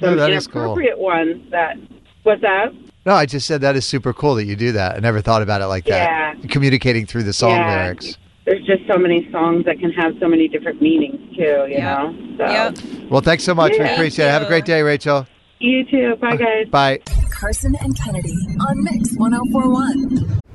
Oh, some that is cool. inappropriate ones that. What's that? No, I just said that is super cool that you do that. I never thought about it like that. Yeah. Communicating through the song Yeah. lyrics. There's just so many songs that can have so many different meanings too. You know. So Well, thanks so much. We Yeah. appreciate it. Have a great day, Rachel. you too. Bye guys. Bye. Carson and Kennedy on Mix 1041.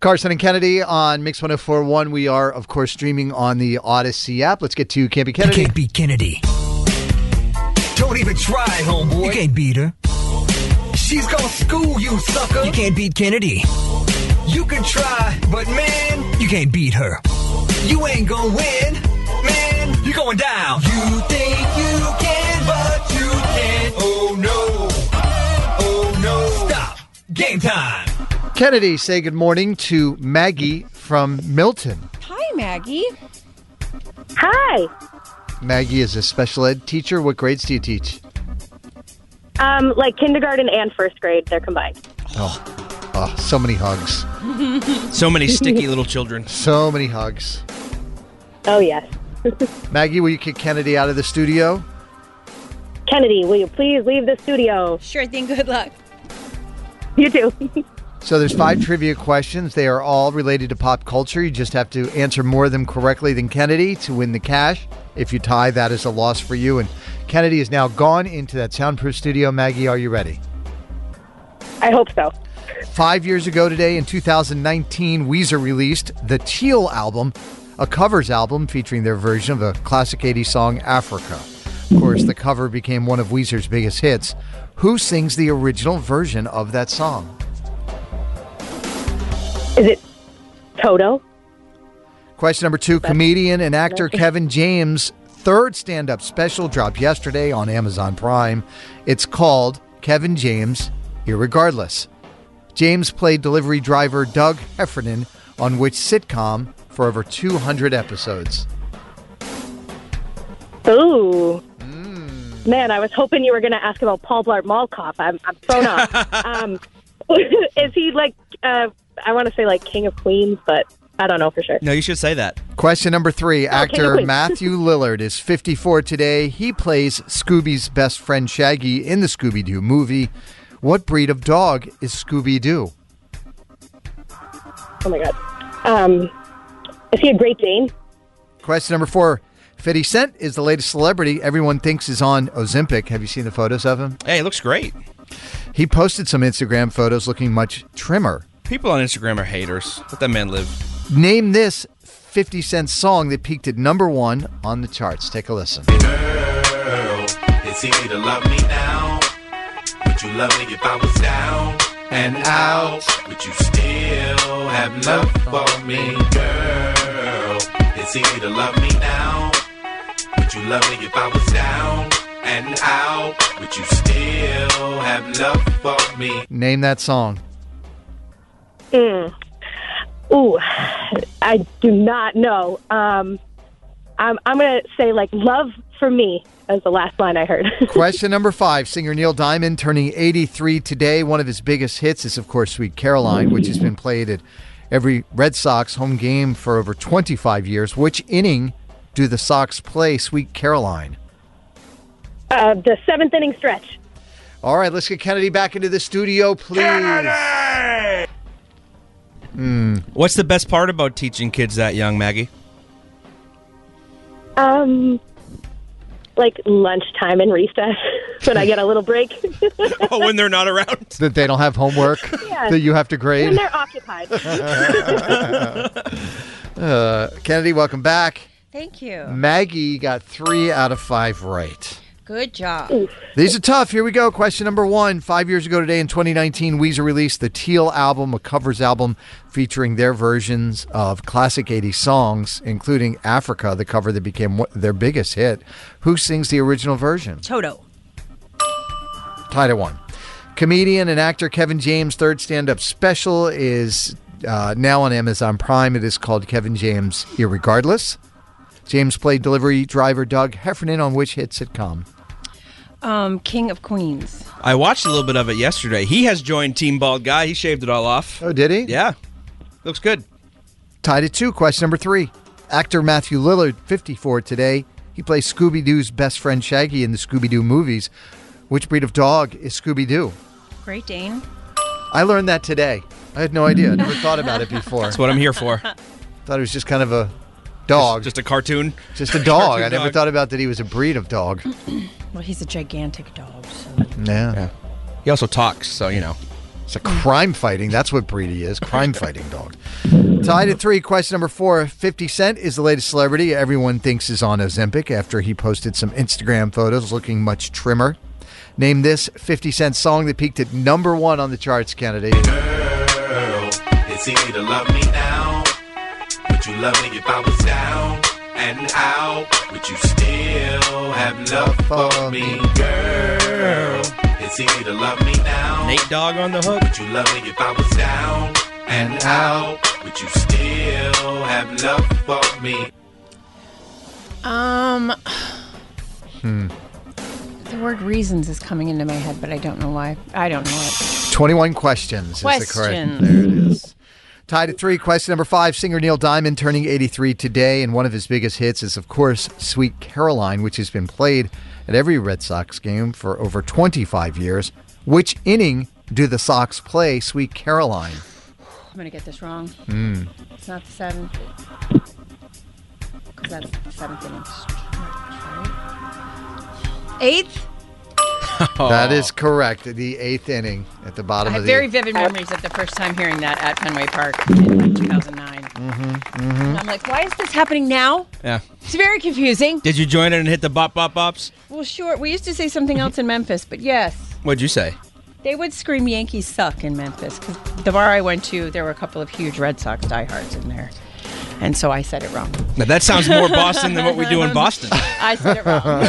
Carson and Kennedy on Mix 1041. We are, of course, streaming on the Odyssey app. Let's get to Campy Kennedy. Campy Kennedy. Don't even try, homeboy. You can't beat her. She's gonna school you, sucker. You can't beat Kennedy. You can try, but man, you can't beat her. You ain't gonna win, man. You're going down. You think you can, but you can't. Oh no. Oh no. Stop. Game time. Kennedy, say good morning to Maggie from Milton. Hi, Maggie. Hi. Maggie is a special ed teacher. What grades do you teach? Um, like kindergarten and first grade, they're combined. Oh, oh so many hugs. So many sticky little children. So many hugs. Oh, yes. Maggie, will you kick Kennedy out of the studio? Kennedy, will you please leave the studio? Sure thing. Good luck. You too. So there's five trivia questions. They are all related to pop culture. You just have to answer more of them correctly than Kennedy to win the cash. If you tie, that is a loss for you. And Kennedy is now gone into that soundproof studio. Maggie, are you ready? I hope so. Five years ago today, in 2019, Weezer released the Teal album, a covers album featuring their version of the classic 80s song Africa. Of course, the cover became one of Weezer's biggest hits. Who sings the original version of that song? Is it Toto? Question number two comedian and actor Kevin James' third stand up special dropped yesterday on Amazon Prime. It's called Kevin James Irregardless. James played delivery driver Doug Heffernan on which sitcom for over 200 episodes. Ooh. Mm. Man, I was hoping you were going to ask about Paul Blart Mall Cop. I'm, I'm thrown off. um, is he like, uh, I want to say like King of Queens, but I don't know for sure. No, you should say that. Question number three Actor wait. Matthew Lillard is 54 today. He plays Scooby's best friend Shaggy in the Scooby Doo movie. What breed of dog is Scooby Doo? Oh my God. Um, is he a Great Dane? Question number four 50 Cent is the latest celebrity everyone thinks is on Ozempic. Have you seen the photos of him? Hey, it looks great. He posted some Instagram photos looking much trimmer. People on Instagram are haters. Let that man live. Name this 50 Cent song that peaked at number one on the charts. Take a listen. Girl, it's easy to love me now. Would you love me if I was down and out? Would you still have love for me, girl? It's easy to love me now. Would you love me if I was down and out? Would you still have love for me? Name that song. Mm. Ooh, I do not know. Um, I'm, I'm going to say like love for me as the last line I heard. Question number five. Singer Neil Diamond turning 83 today. One of his biggest hits is, of course, Sweet Caroline, which has been played at every Red Sox home game for over 25 years. Which inning do the Sox play Sweet Caroline? uh, the seventh inning stretch. All right, let's get Kennedy back into the studio, please. What's the best part about teaching kids that young, Maggie? Um, like lunchtime and recess when I get a little break. oh, when they're not around. That they don't have homework Yeah. that you have to grade. When they're occupied. Uh, Kennedy, welcome back. Thank you. Maggie got three out of five right. Good job. These are tough. Here we go. Question number one. Five years ago today in 2019, Weezer released the Teal album, a covers album featuring their versions of classic 80s songs, including Africa, the cover that became one- their biggest hit. Who sings the original version? Toto. Tied at one. Comedian and actor Kevin James' third stand up special is uh, now on Amazon Prime. It is called Kevin James Irregardless. James played delivery driver Doug Heffernan on which hit sitcom? Um, King of Queens. I watched a little bit of it yesterday. He has joined Team Bald Guy. He shaved it all off. Oh, did he? Yeah. Looks good. Tied at two. Question number three. Actor Matthew Lillard, 54 today. He plays Scooby Doo's best friend Shaggy in the Scooby Doo movies. Which breed of dog is Scooby Doo? Great Dane. I learned that today. I had no idea. I never thought about it before. That's what I'm here for. Thought it was just kind of a dog. Just, a cartoon. Just a dog. Cartoon I never dog. thought about that he was a breed of dog. Well, he's a gigantic dog. So. Yeah. He also talks, so you know. It's a crime fighting. That's what breed he is. Crime fighting dog. Tied at three. Question number four. 50 Cent is the latest celebrity everyone thinks is on Ozempic after he posted some Instagram photos looking much trimmer. Name this 50 Cent song that peaked at number one on the charts, Kennedy. Girl, it's easy to love me now. Would you love me if I was down and out? Would you still have love for me, girl? It's easy to love me now. Nate Dogg on the hook. Would you love me if I was down and out? Would you still have love for me? Um, Hmm. there word reasons is coming into my head, but I don't know why. I don't know it. 21 questions, is the correct. Questions. There it is. Tied at three. Question number five. Singer Neil Diamond turning 83 today, and one of his biggest hits is, of course, Sweet Caroline, which has been played at every Red Sox game for over 25 years. Which inning do the Sox play Sweet Caroline? I'm going to get this wrong. Hmm. It's not the seventh. Because that's the seventh inning. right? Eighth? That is correct. The eighth inning at the bottom I have of the very vivid memories of the first time hearing that at Fenway Park in like 2009. Mhm, And mhm. I'm like, why is this happening now? Yeah. It's very confusing. Did you join it and hit the bop bop bops? Well, sure. We used to say something else in Memphis, but yes, What'd you say? they would scream Yankees suck in Memphis because the bar I went to, there were a couple of huge Red Sox diehards in there. And so I said it wrong. Now that sounds more Boston than what we do in Boston. I said it wrong.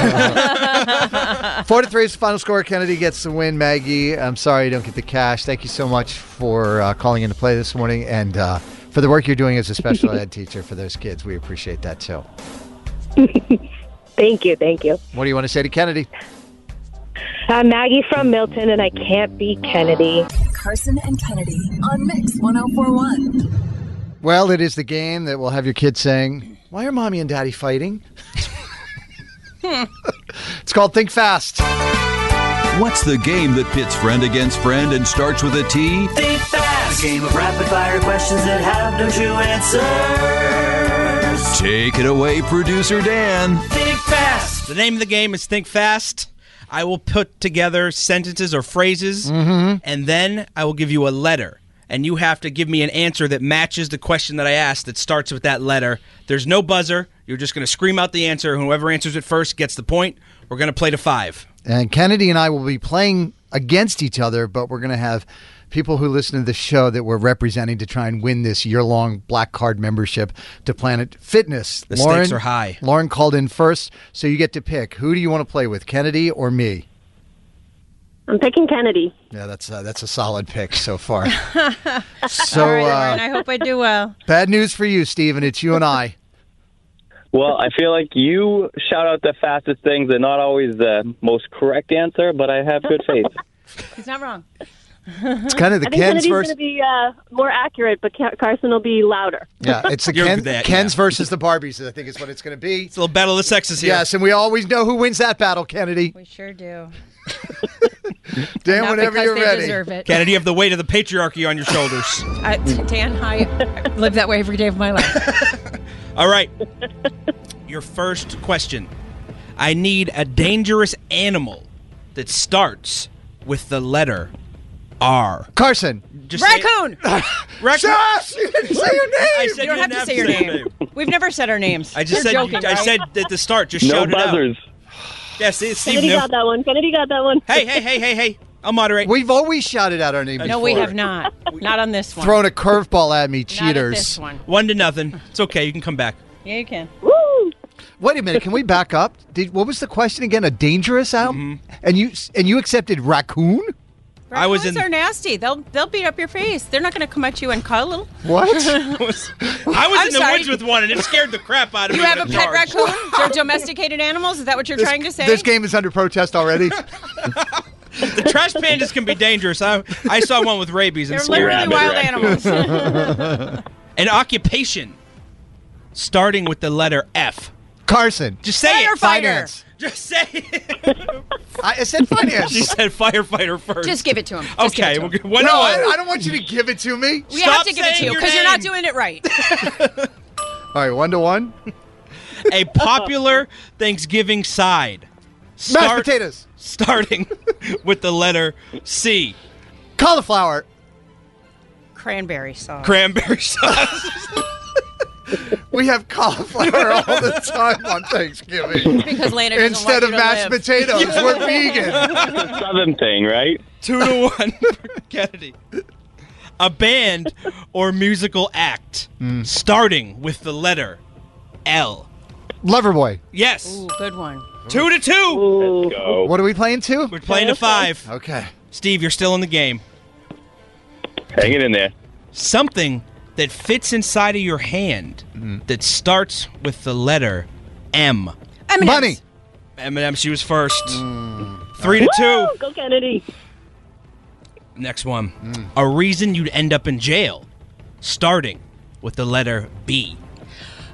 Four to three is the final score. Kennedy gets the win. Maggie, I'm sorry you don't get the cash. Thank you so much for uh, calling in to play this morning and uh, for the work you're doing as a special ed teacher for those kids. We appreciate that too. Thank you, thank you. What do you want to say to Kennedy? I'm Uh, Maggie from Milton, and I can't beat Kennedy. Carson and Kennedy on Mix 1041. Well, it is the game that will have your kids saying, Why are mommy and daddy fighting? it's called Think Fast. What's the game that pits friend against friend and starts with a T? Think fast. A game of rapid fire questions that have no true answers. Take it away, producer Dan. Think fast. The name of the game is Think Fast. I will put together sentences or phrases, Mm-hmm. and then I will give you a letter. And you have to give me an answer that matches the question that I asked that starts with that letter. There's no buzzer. You're just going to scream out the answer. Whoever answers it first gets the point. We're going to play to five. And Kennedy and I will be playing against each other, but we're going to have people who listen to the show that we're representing to try and win this year long black card membership to Planet Fitness. The stakes are high. Lauren called in first, so you get to pick. Who do you want to play with, Kennedy or me? I'm picking Kennedy. Yeah, that's uh, that's a solid pick so far. So, All right, uh, Lauren, I hope I do well. Bad news for you, Steven. It's you and I. Well, I feel like you shout out the fastest things and not always the most correct answer, but I have good faith. He's not wrong. It's kind of the I think Ken's Kennedy's versus. going to be uh, more accurate, but Ca- Carson will be louder. Yeah, it's the You're Ken, that, Ken's versus the Barbies. I think is what it's going to be. It's a little battle of the sexes here. Yes, and we always know who wins that battle, Kennedy. We sure do. Dan, Not whenever because you're they ready. deserve it. Kennedy, you have the weight of the patriarchy on your shoulders. I, Hmm. Dan, I I live that way every day of my life. All right. Your first question. I need a dangerous animal that starts with the letter R. Carson. Raccoon! Raccoon! you didn't say your name! I said you don't have to say your name. We've never said our names. I just You're said joking, I right? said at the start, just No shout buzzers. it out. Yes, it's Steve Kennedy knew. got that one. Kennedy got that one. Hey, hey, hey, hey, hey. I'll moderate. We've always shouted out our names. No, we have not. Not on this one. Thrown a curveball at me, cheaters. this one. One to nothing. It's okay, you can come back. Yeah, you can. Wait a minute. Can we back up? Did what was the question again? A dangerous album, and you and you accepted raccoon. I Mm-hmm. was They're nasty. They'll they'll beat up your face. They're not going to come at you and cuddle. What? I was, I was I'm in the sorry. woods with one and it scared the crap out of You me. have a in pet charge. raccoon? They're domesticated animals? Is that what you're trying to say? This game is under protest already. The trash pandas can be dangerous. I, I saw one with rabies and They're scared literally me. wild animals. An occupation starting with the letter F. Carson. Just say it. Firefighter. Finance. Just say it. I said finance. She said firefighter first. Just give it to him. Just give it okay. to We'll him. give, one no, to I, one. I don't want you to give it to me. We Stop have to give it to saying you your because you're not name. doing it right. All right, one to one. A popular Thanksgiving side. potatoes. Starting with the letter C. Cauliflower. Cranberry sauce. Cranberry sauce. We have cauliflower all the time on Thanksgiving. Because Lana doesn't want Instead of you to mashed live. potatoes, we're vegan. The Southern thing, right? Two to one for Kennedy. A band or musical act Hmm. starting with the letter L. Loverboy. Yes. Ooh, good one. Two to two. Let's go. What are we playing to? We're playing to five. Okay. Steve, you're still in the game. Hang it in there. Something that fits inside of your hand Hmm. that starts with the letter M. M&Ms. Money. Hmm. Eminem, she was first. Three to Woo! two. Go Kennedy. Next one. A reason you'd end up in jail, starting with the letter B.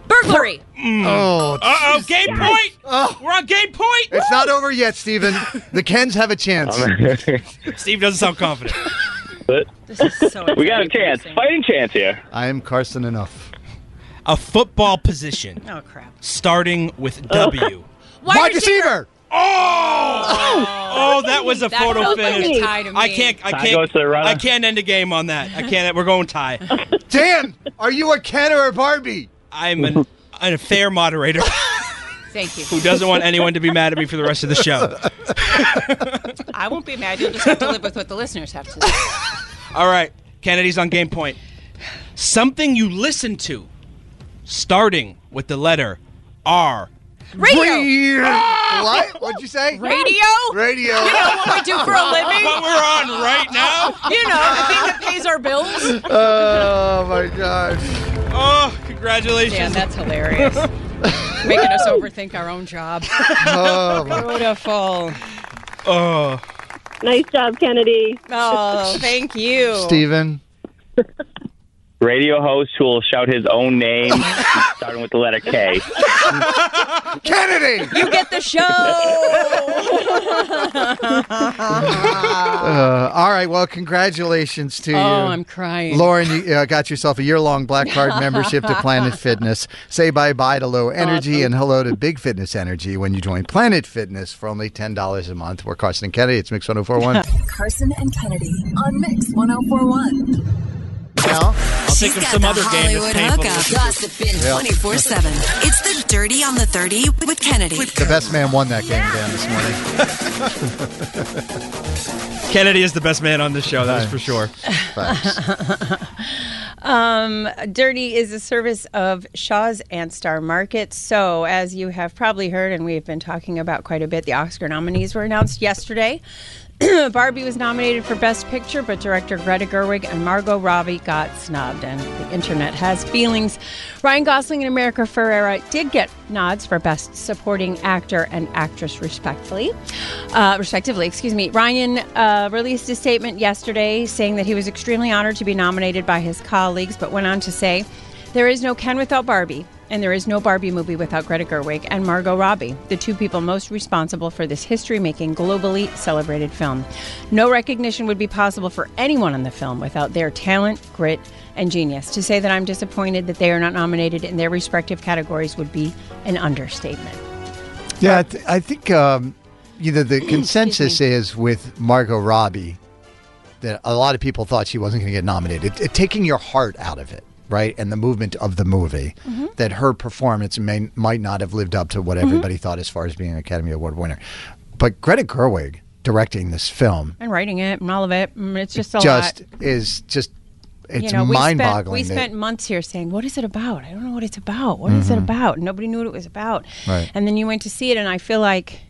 Burglary. Mm. Oh, Uh-oh, game Jesus. Oh. point. We're on game point. It's not over yet, Steven. The Kens have a chance. Steve doesn't sound confident. we got a chance, fighting chance here. I am Carson enough. A football position. Oh crap. Starting with Oh. W. Wide, receiver. Oh, that was a That photo felt like a finish. tie to I me. can't. I Tie can't. goes to the runner. I can't end a game on that. I can't. We're going tie. Dan, are you a Ken or a Barbie? I'm an, an fair moderator Thank you. who doesn't want anyone to be mad at me for the rest of the show. I won't be mad. You'll just have to live with what the listeners have to do. All right, Kennedy's on game point. Something you listen to, starting with the letter R. Radio. Ah! What? What'd you say? Radio? Radio. You know what we do for a living? What we're on right now? Uh, You know, the thing that pays our bills. Oh my gosh. Oh, congratulations. Dan, that's hilarious. Making us overthink our own job. Oh, my- Beautiful. Oh. Nice job, Kennedy. Oh, thank you. Steven. Radio host who will shout his own name, starting with the letter K. Kennedy. You get the show. Uh, all right. Well, congratulations to Oh, you. I'm crying. Lauren, you uh, got yourself a year long black card membership to Planet Fitness. Say bye bye to low energy and hello to big fitness energy when you join Planet Fitness for only $10 a month. We're Carson Kennedy. It's Mix 1041. Carson and Kennedy on Mix 1041. I'll think of Got some the other game Hollywood that's painful. hookup. Gossiping Yeah. 24 7. It's the Dirty on the 30 with Kennedy. the best man won that game, Dan, this morning. Kennedy is the best man on this show, that is for sure. Um, Dirty is a service of Shaw's Antstar Market. So, as you have probably heard, and we've been talking about quite a bit, the Oscar nominees were announced yesterday. Barbie was nominated for Best Picture, but director Greta Gerwig and Margot Robbie got snubbed, and the internet has feelings. Ryan Gosling and America Ferrera did get nods for Best Supporting Actor and Actress, respectfully, uh, respectively. Excuse me. Ryan uh, released a statement yesterday saying that he was extremely honored to be nominated by his colleagues, but went on to say, "There is no Ken without Barbie." And there is no Barbie movie without Greta Gerwig and Margot Robbie, the two people most responsible for this history making, globally celebrated film. No recognition would be possible for anyone in the film without their talent, grit, and genius. To say that I'm disappointed that they are not nominated in their respective categories would be an understatement. Yeah, I, th- I think um, either the consensus is with Margot Robbie that a lot of people thought she wasn't going to get nominated. It, it- taking your heart out of it, right, and the movement of the movie, Mm-hmm. that her performance may, might not have lived up to what everybody thought as far as being an Academy Award winner. But Greta Gerwig directing this film And writing it and all of it, mm, it's just a just lot. is just it's you know, we spent- mind-boggling. We that- spent months here saying, "What is it about? I don't know what it's about. What is it about?" Nobody knew what it was about. Mm-hmm. Right. And then you went to see it, and I feel like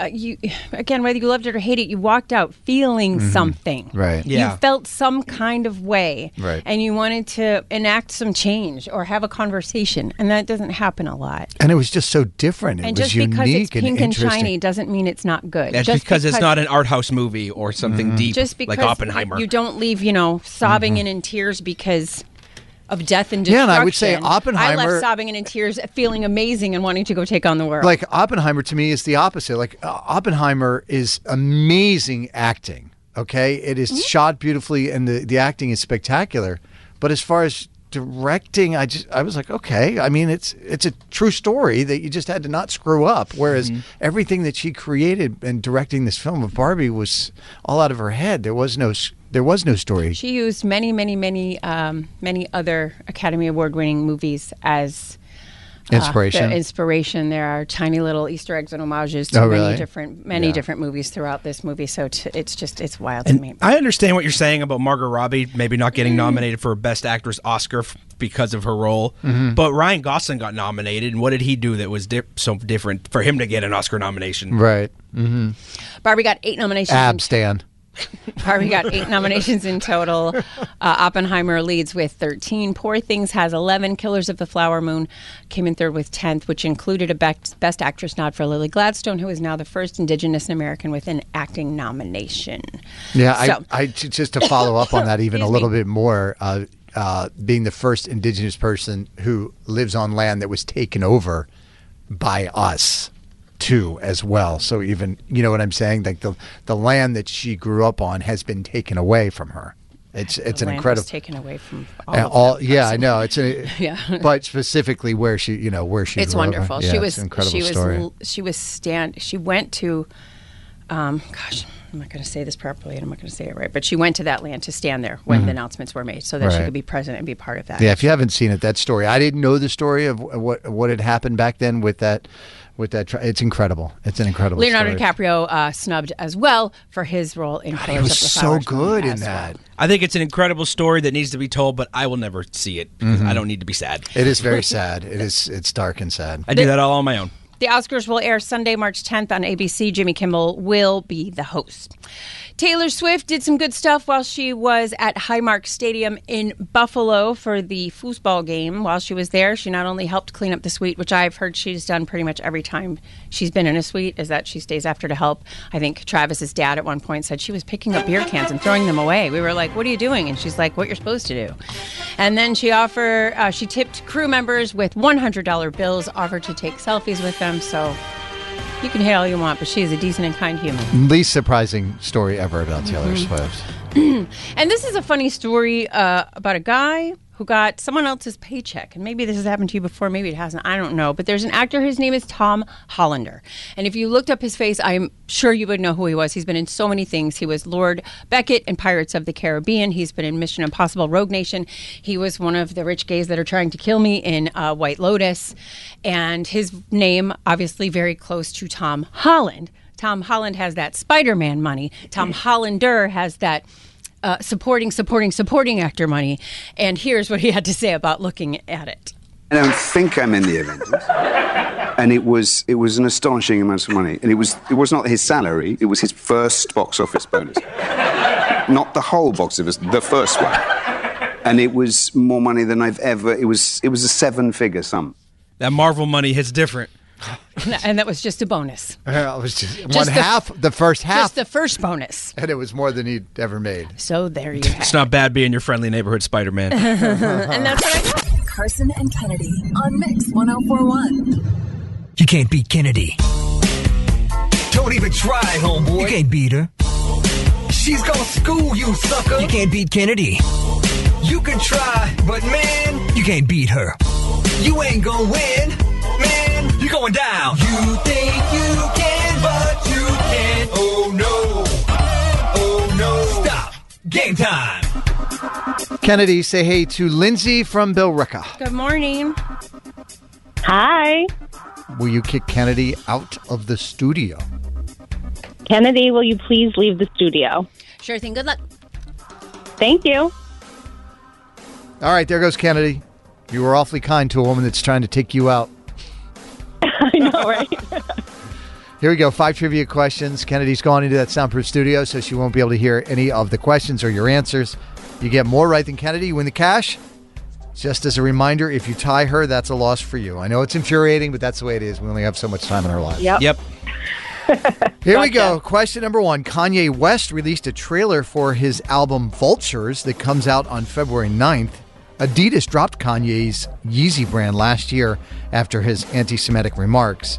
uh, you, again, whether you loved it or hate it, you walked out feeling something. Mm-hmm. Right. Yeah. You felt some kind of way. Right. And you wanted to enact some change or have a conversation, and that doesn't happen a lot. and it was just so different. It and was just unique because it's pink and and, interesting. shiny doesn't mean it's not good. That's Just because, it's not an art house movie or something Mm-hmm. deep just because like Oppenheimer. You don't leave, you know, sobbing and in tears because of death and Yeah, destruction. and I would say I Oppenheimer- left sobbing and in tears, feeling amazing and wanting to go take on the world. Like Oppenheimer to me is the opposite. Like uh, Oppenheimer is amazing acting. Okay, it is shot beautifully and the the acting is spectacular. But as far as directing, I just I was like, okay. I mean, it's it's a true story that you just had to not screw up. Whereas everything that she created and directing this film of Barbie was all out of her head. There was no s- there was no story. she used many, many, many, um, many other Academy Award-winning movies as uh, Inspiration. the inspiration. There are tiny little Easter eggs and homages to Oh, many really? different, many Yeah. different movies throughout this movie. So t- it's just, it's wild to me. And I understand what you're saying about Margot Robbie maybe not Mm. getting nominated for Best Actress Oscar f- because of her role, Mm-hmm. but Ryan Gosling got nominated, and what did he do that was di- so Mm. different for him to get an Oscar nomination? Right. Mm-hmm. Barbie got eight nominations. Abstan. Barbie got eight nominations in total. Uh, Oppenheimer leads with 13. Poor Things has 11. Killers of the Flower Moon came in third with 10th, which included a Best, best Actress nod for Lily Gladstone, who is now the first Indigenous American with an acting nomination. Yeah, So- I, I j- just to follow up on that even a Excuse little me. bit more. Uh, uh, being the first indigenous person who lives on land that was taken over by us too as well so even you know what i'm saying like the the land that she grew up on has been taken away from her it's it's an Land was incredible taken away from all. all, of all yeah i know it's a Yeah. but specifically where she you know where she it's grew up. wonderful. Yeah, she it's was an incredible she was story. l- she was stand she went to um, gosh, I'm not going to say this properly and I'm not going to say it right, but she went to that land to stand there when the Mhm. announcements were made so that she Right. could be present and be part of that. Yeah, if you haven't seen it, that story. I didn't know the story of wh- what what had happened back then with that with that. Tri- it's incredible. It's an incredible. Leonardo story. DiCaprio uh, snubbed as well for his role in Killers was of the so Flower Moon good in as that. I think it's an incredible story that needs to be told, but I will never see it because Mhm. I don't need to be sad. It is very sad. It is. It's dark and sad. I do that all on my own. The Oscars will air Sunday, March 10th on ABC. Jimmy Kimmel will be the host. Taylor Swift did some good stuff while she was at Highmark Stadium in Buffalo for the foosball game. While she was there, she not only helped clean up the suite, which I've heard she's done pretty much every time she's been in a suite, is that she stays after to help. I think Travis's dad at one point said she was picking up beer cans and throwing them away. We were like, "What are you doing?" And she's like, "What you're supposed to do." And then she offer uh, she tipped crew members with $100 bills, offered to take selfies with them. So you can hate all you want, but she is a decent and kind human. Least surprising story ever about Taylor Mhm. Swift. and this is a funny story uh, about a guy who got someone else's paycheck. And maybe this has happened to you before, maybe it hasn't. I don't know. But there's an actor, his name is Tom Hollander. And if you looked up his face, I'm sure you would know who he was. He's been in so many things. He was Lord Beckett in Pirates of the Caribbean, he's been in Mission Impossible Rogue Nation. He was one of the rich gays that are trying to kill me in uh, White Lotus. And his name, obviously, very close to Tom Holland. Tom Holland has that Spider Man money. Tom Hollander has that uh, supporting, supporting, supporting actor money. And here's what he had to say about looking at it. I don't think I'm in the Avengers. And it was it was an astonishing amount of money. And it was it was not his salary, it was his first box office bonus. not the whole box office, the first one. And it was more money than I've ever it was it was a seven figure sum. That Marvel money hits different. And that was just a bonus. I was just, Just one the- half the first half, Just the first bonus. and it was more than he'd ever made. So there you have It's not bad being your friendly neighborhood Spider Man. and that's what I Carson and Kennedy on Mix 1041. You can't beat Kennedy. Don't even try, homeboy. You can't beat her. She's gonna school you, sucker. You can't beat Kennedy. You can try, but man, you can't beat her. You ain't gonna win, man. You're going down. You think you can, but you can't. Oh no. Oh no. Stop. Game time. Kennedy, say hey to Lindsay from Billerica. Good morning. Hi. Will you kick Kennedy out of the studio? Kennedy, will you please leave the studio? Sure thing. Good luck. Thank you. All right, there goes Kennedy. You were awfully kind to a woman that's trying to take you out. I know, right? Here we go. Five trivia questions. Kennedy's gone into that soundproof studio, so she won't be able to hear any of the questions or your answers. You get more right than Kennedy, you win the cash. Just as a reminder, if you tie her, that's a loss for you. I know it's infuriating, but that's the way it is. We only have so much time in our lives. Yep. Yep. Here we go. Question number one Kanye West released a trailer for his album Vultures that comes out on February 9th. Adidas dropped Kanye's Yeezy brand last year after his anti Semitic remarks.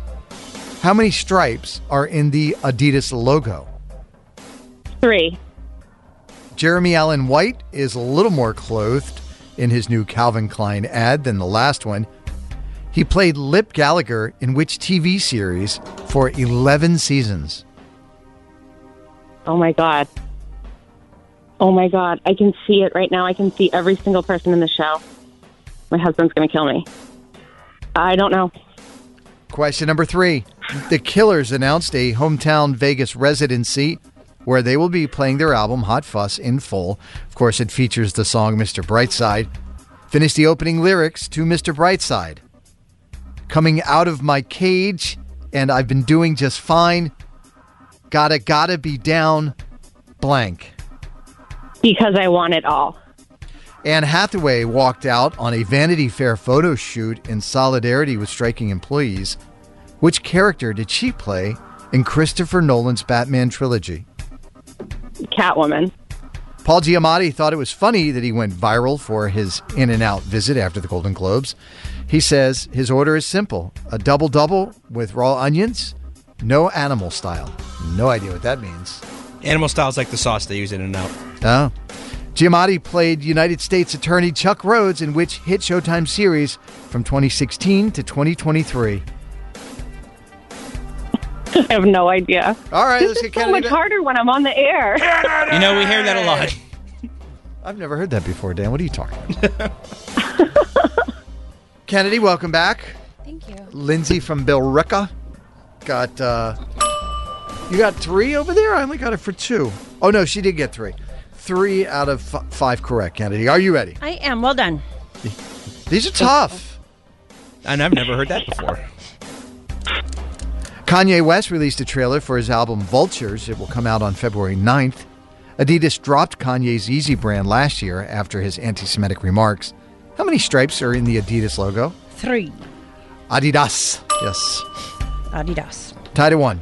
How many stripes are in the Adidas logo? Three. Jeremy Allen White is a little more clothed in his new Calvin Klein ad than the last one. He played Lip Gallagher in which TV series for 11 seasons? Oh my God. Oh my God. I can see it right now. I can see every single person in the show. My husband's going to kill me. I don't know. Question number three The Killers announced a hometown Vegas residency where they will be playing their album Hot Fuss in full. Of course, it features the song Mr. Brightside. Finish the opening lyrics to Mr. Brightside. Coming out of my cage, and I've been doing just fine. Gotta, gotta be down. blank. because I want it all. Anne Hathaway walked out on a Vanity Fair photo shoot in solidarity with striking employees. Which character did she play in Christopher Nolan's Batman trilogy? Catwoman. Paul Giamatti thought it was funny that he went viral for his in and out visit after the Golden Globes. He says his order is simple a double double with raw onions, no animal style. No idea what that means. Animal style's like the sauce they use in and out. Oh. Giamatti played United States Attorney Chuck Rhodes in which hit Showtime series from 2016 to 2023? I have no idea. All right, this is let's get so Kennedy much back. harder when I'm on the air. You know, we hear that a lot. I've never heard that before, Dan. What are you talking about? Kennedy, welcome back. Thank you. Lindsay from Billerica. Got uh you got three over there? I only got it for two. Oh no, she did get three. Three out of f- five correct, Kennedy. Are you ready? I am. Well done. These are tough. And I've never heard that before. Kanye West released a trailer for his album Vultures. It will come out on February 9th. Adidas dropped Kanye's Yeezy brand last year after his anti Semitic remarks. How many stripes are in the Adidas logo? Three. Adidas. Yes. Adidas. Tied at one.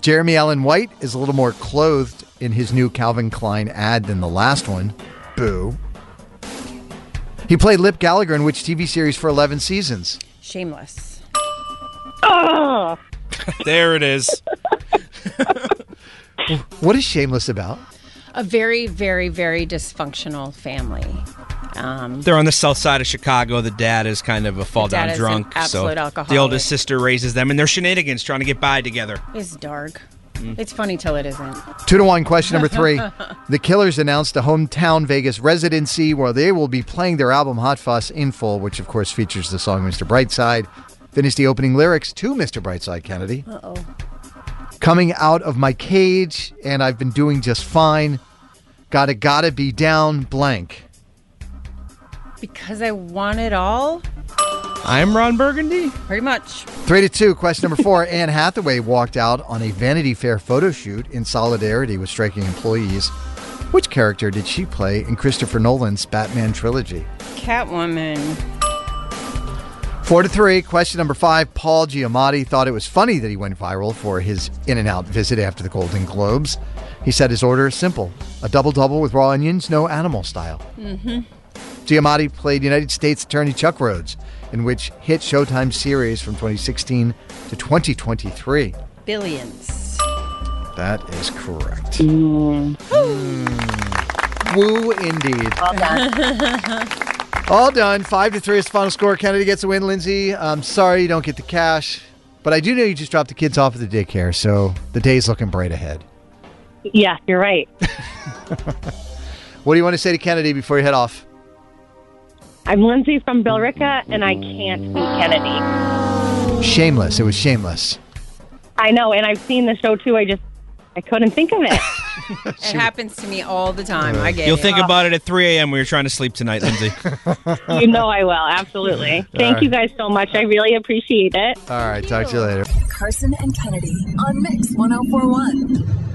Jeremy Allen White is a little more clothed in his new Calvin Klein ad than the last one. Boo. He played Lip Gallagher in which TV series for 11 seasons? Shameless. Oh. There it is. What is Shameless about? A very, very, very dysfunctional family. Um, They're on the south side of Chicago. The dad is kind of a fall dad down is an drunk. so absolute the alcoholic. oldest sister raises them, and they're shenanigans trying to get by together. It's dark. It's funny till it isn't. Mm. Two to one. Question number three. the Killers announced a hometown Vegas residency where they will be playing their album Hot Fuss in full, which of course features the song Mr. Brightside. Finish the opening lyrics to Mr. Brightside, Kennedy. Uh oh. coming out of my cage and I've been doing just fine. Gotta, gotta be down blank. Because I want it all, I'm Ron Burgundy. pretty much. Three to two. Question number four. Anne Hathaway walked out on a Vanity Fair photo shoot in solidarity with striking employees. Which character did she play in Christopher Nolan's Batman trilogy? Catwoman. Four to three. Question number five. Paul Giamatti thought it was funny that he went viral for his in and out visit after the Golden Globes. He said his order is simple a double double with raw onions, no animal style. Mm-hmm. Giamatti played United States Attorney Chuck Rhodes in which hit Showtime series from 2016 to 2023. Billions. That is correct. Mm. Woo indeed. All done. Five to three is the final score. Kennedy gets a win. Lindsay, I'm sorry you don't get the cash, but I do know you just dropped the kids off at the daycare, so the day's looking bright ahead. Yeah, you're right. What do you want to say to Kennedy before you head off? I'm Lindsay from Billerica, and I can't be Kennedy. Shameless. It was shameless. I know, and I've seen the show too. I just I couldn't think of it. It happens to me all the time. I get You'll it. think about it at 3 a.m. when you're trying to sleep tonight, Lindsay. you know I will absolutely. Thank you guys so much. I really appreciate it. All right. Talk to you later. Carson and Kennedy on Mix 1041.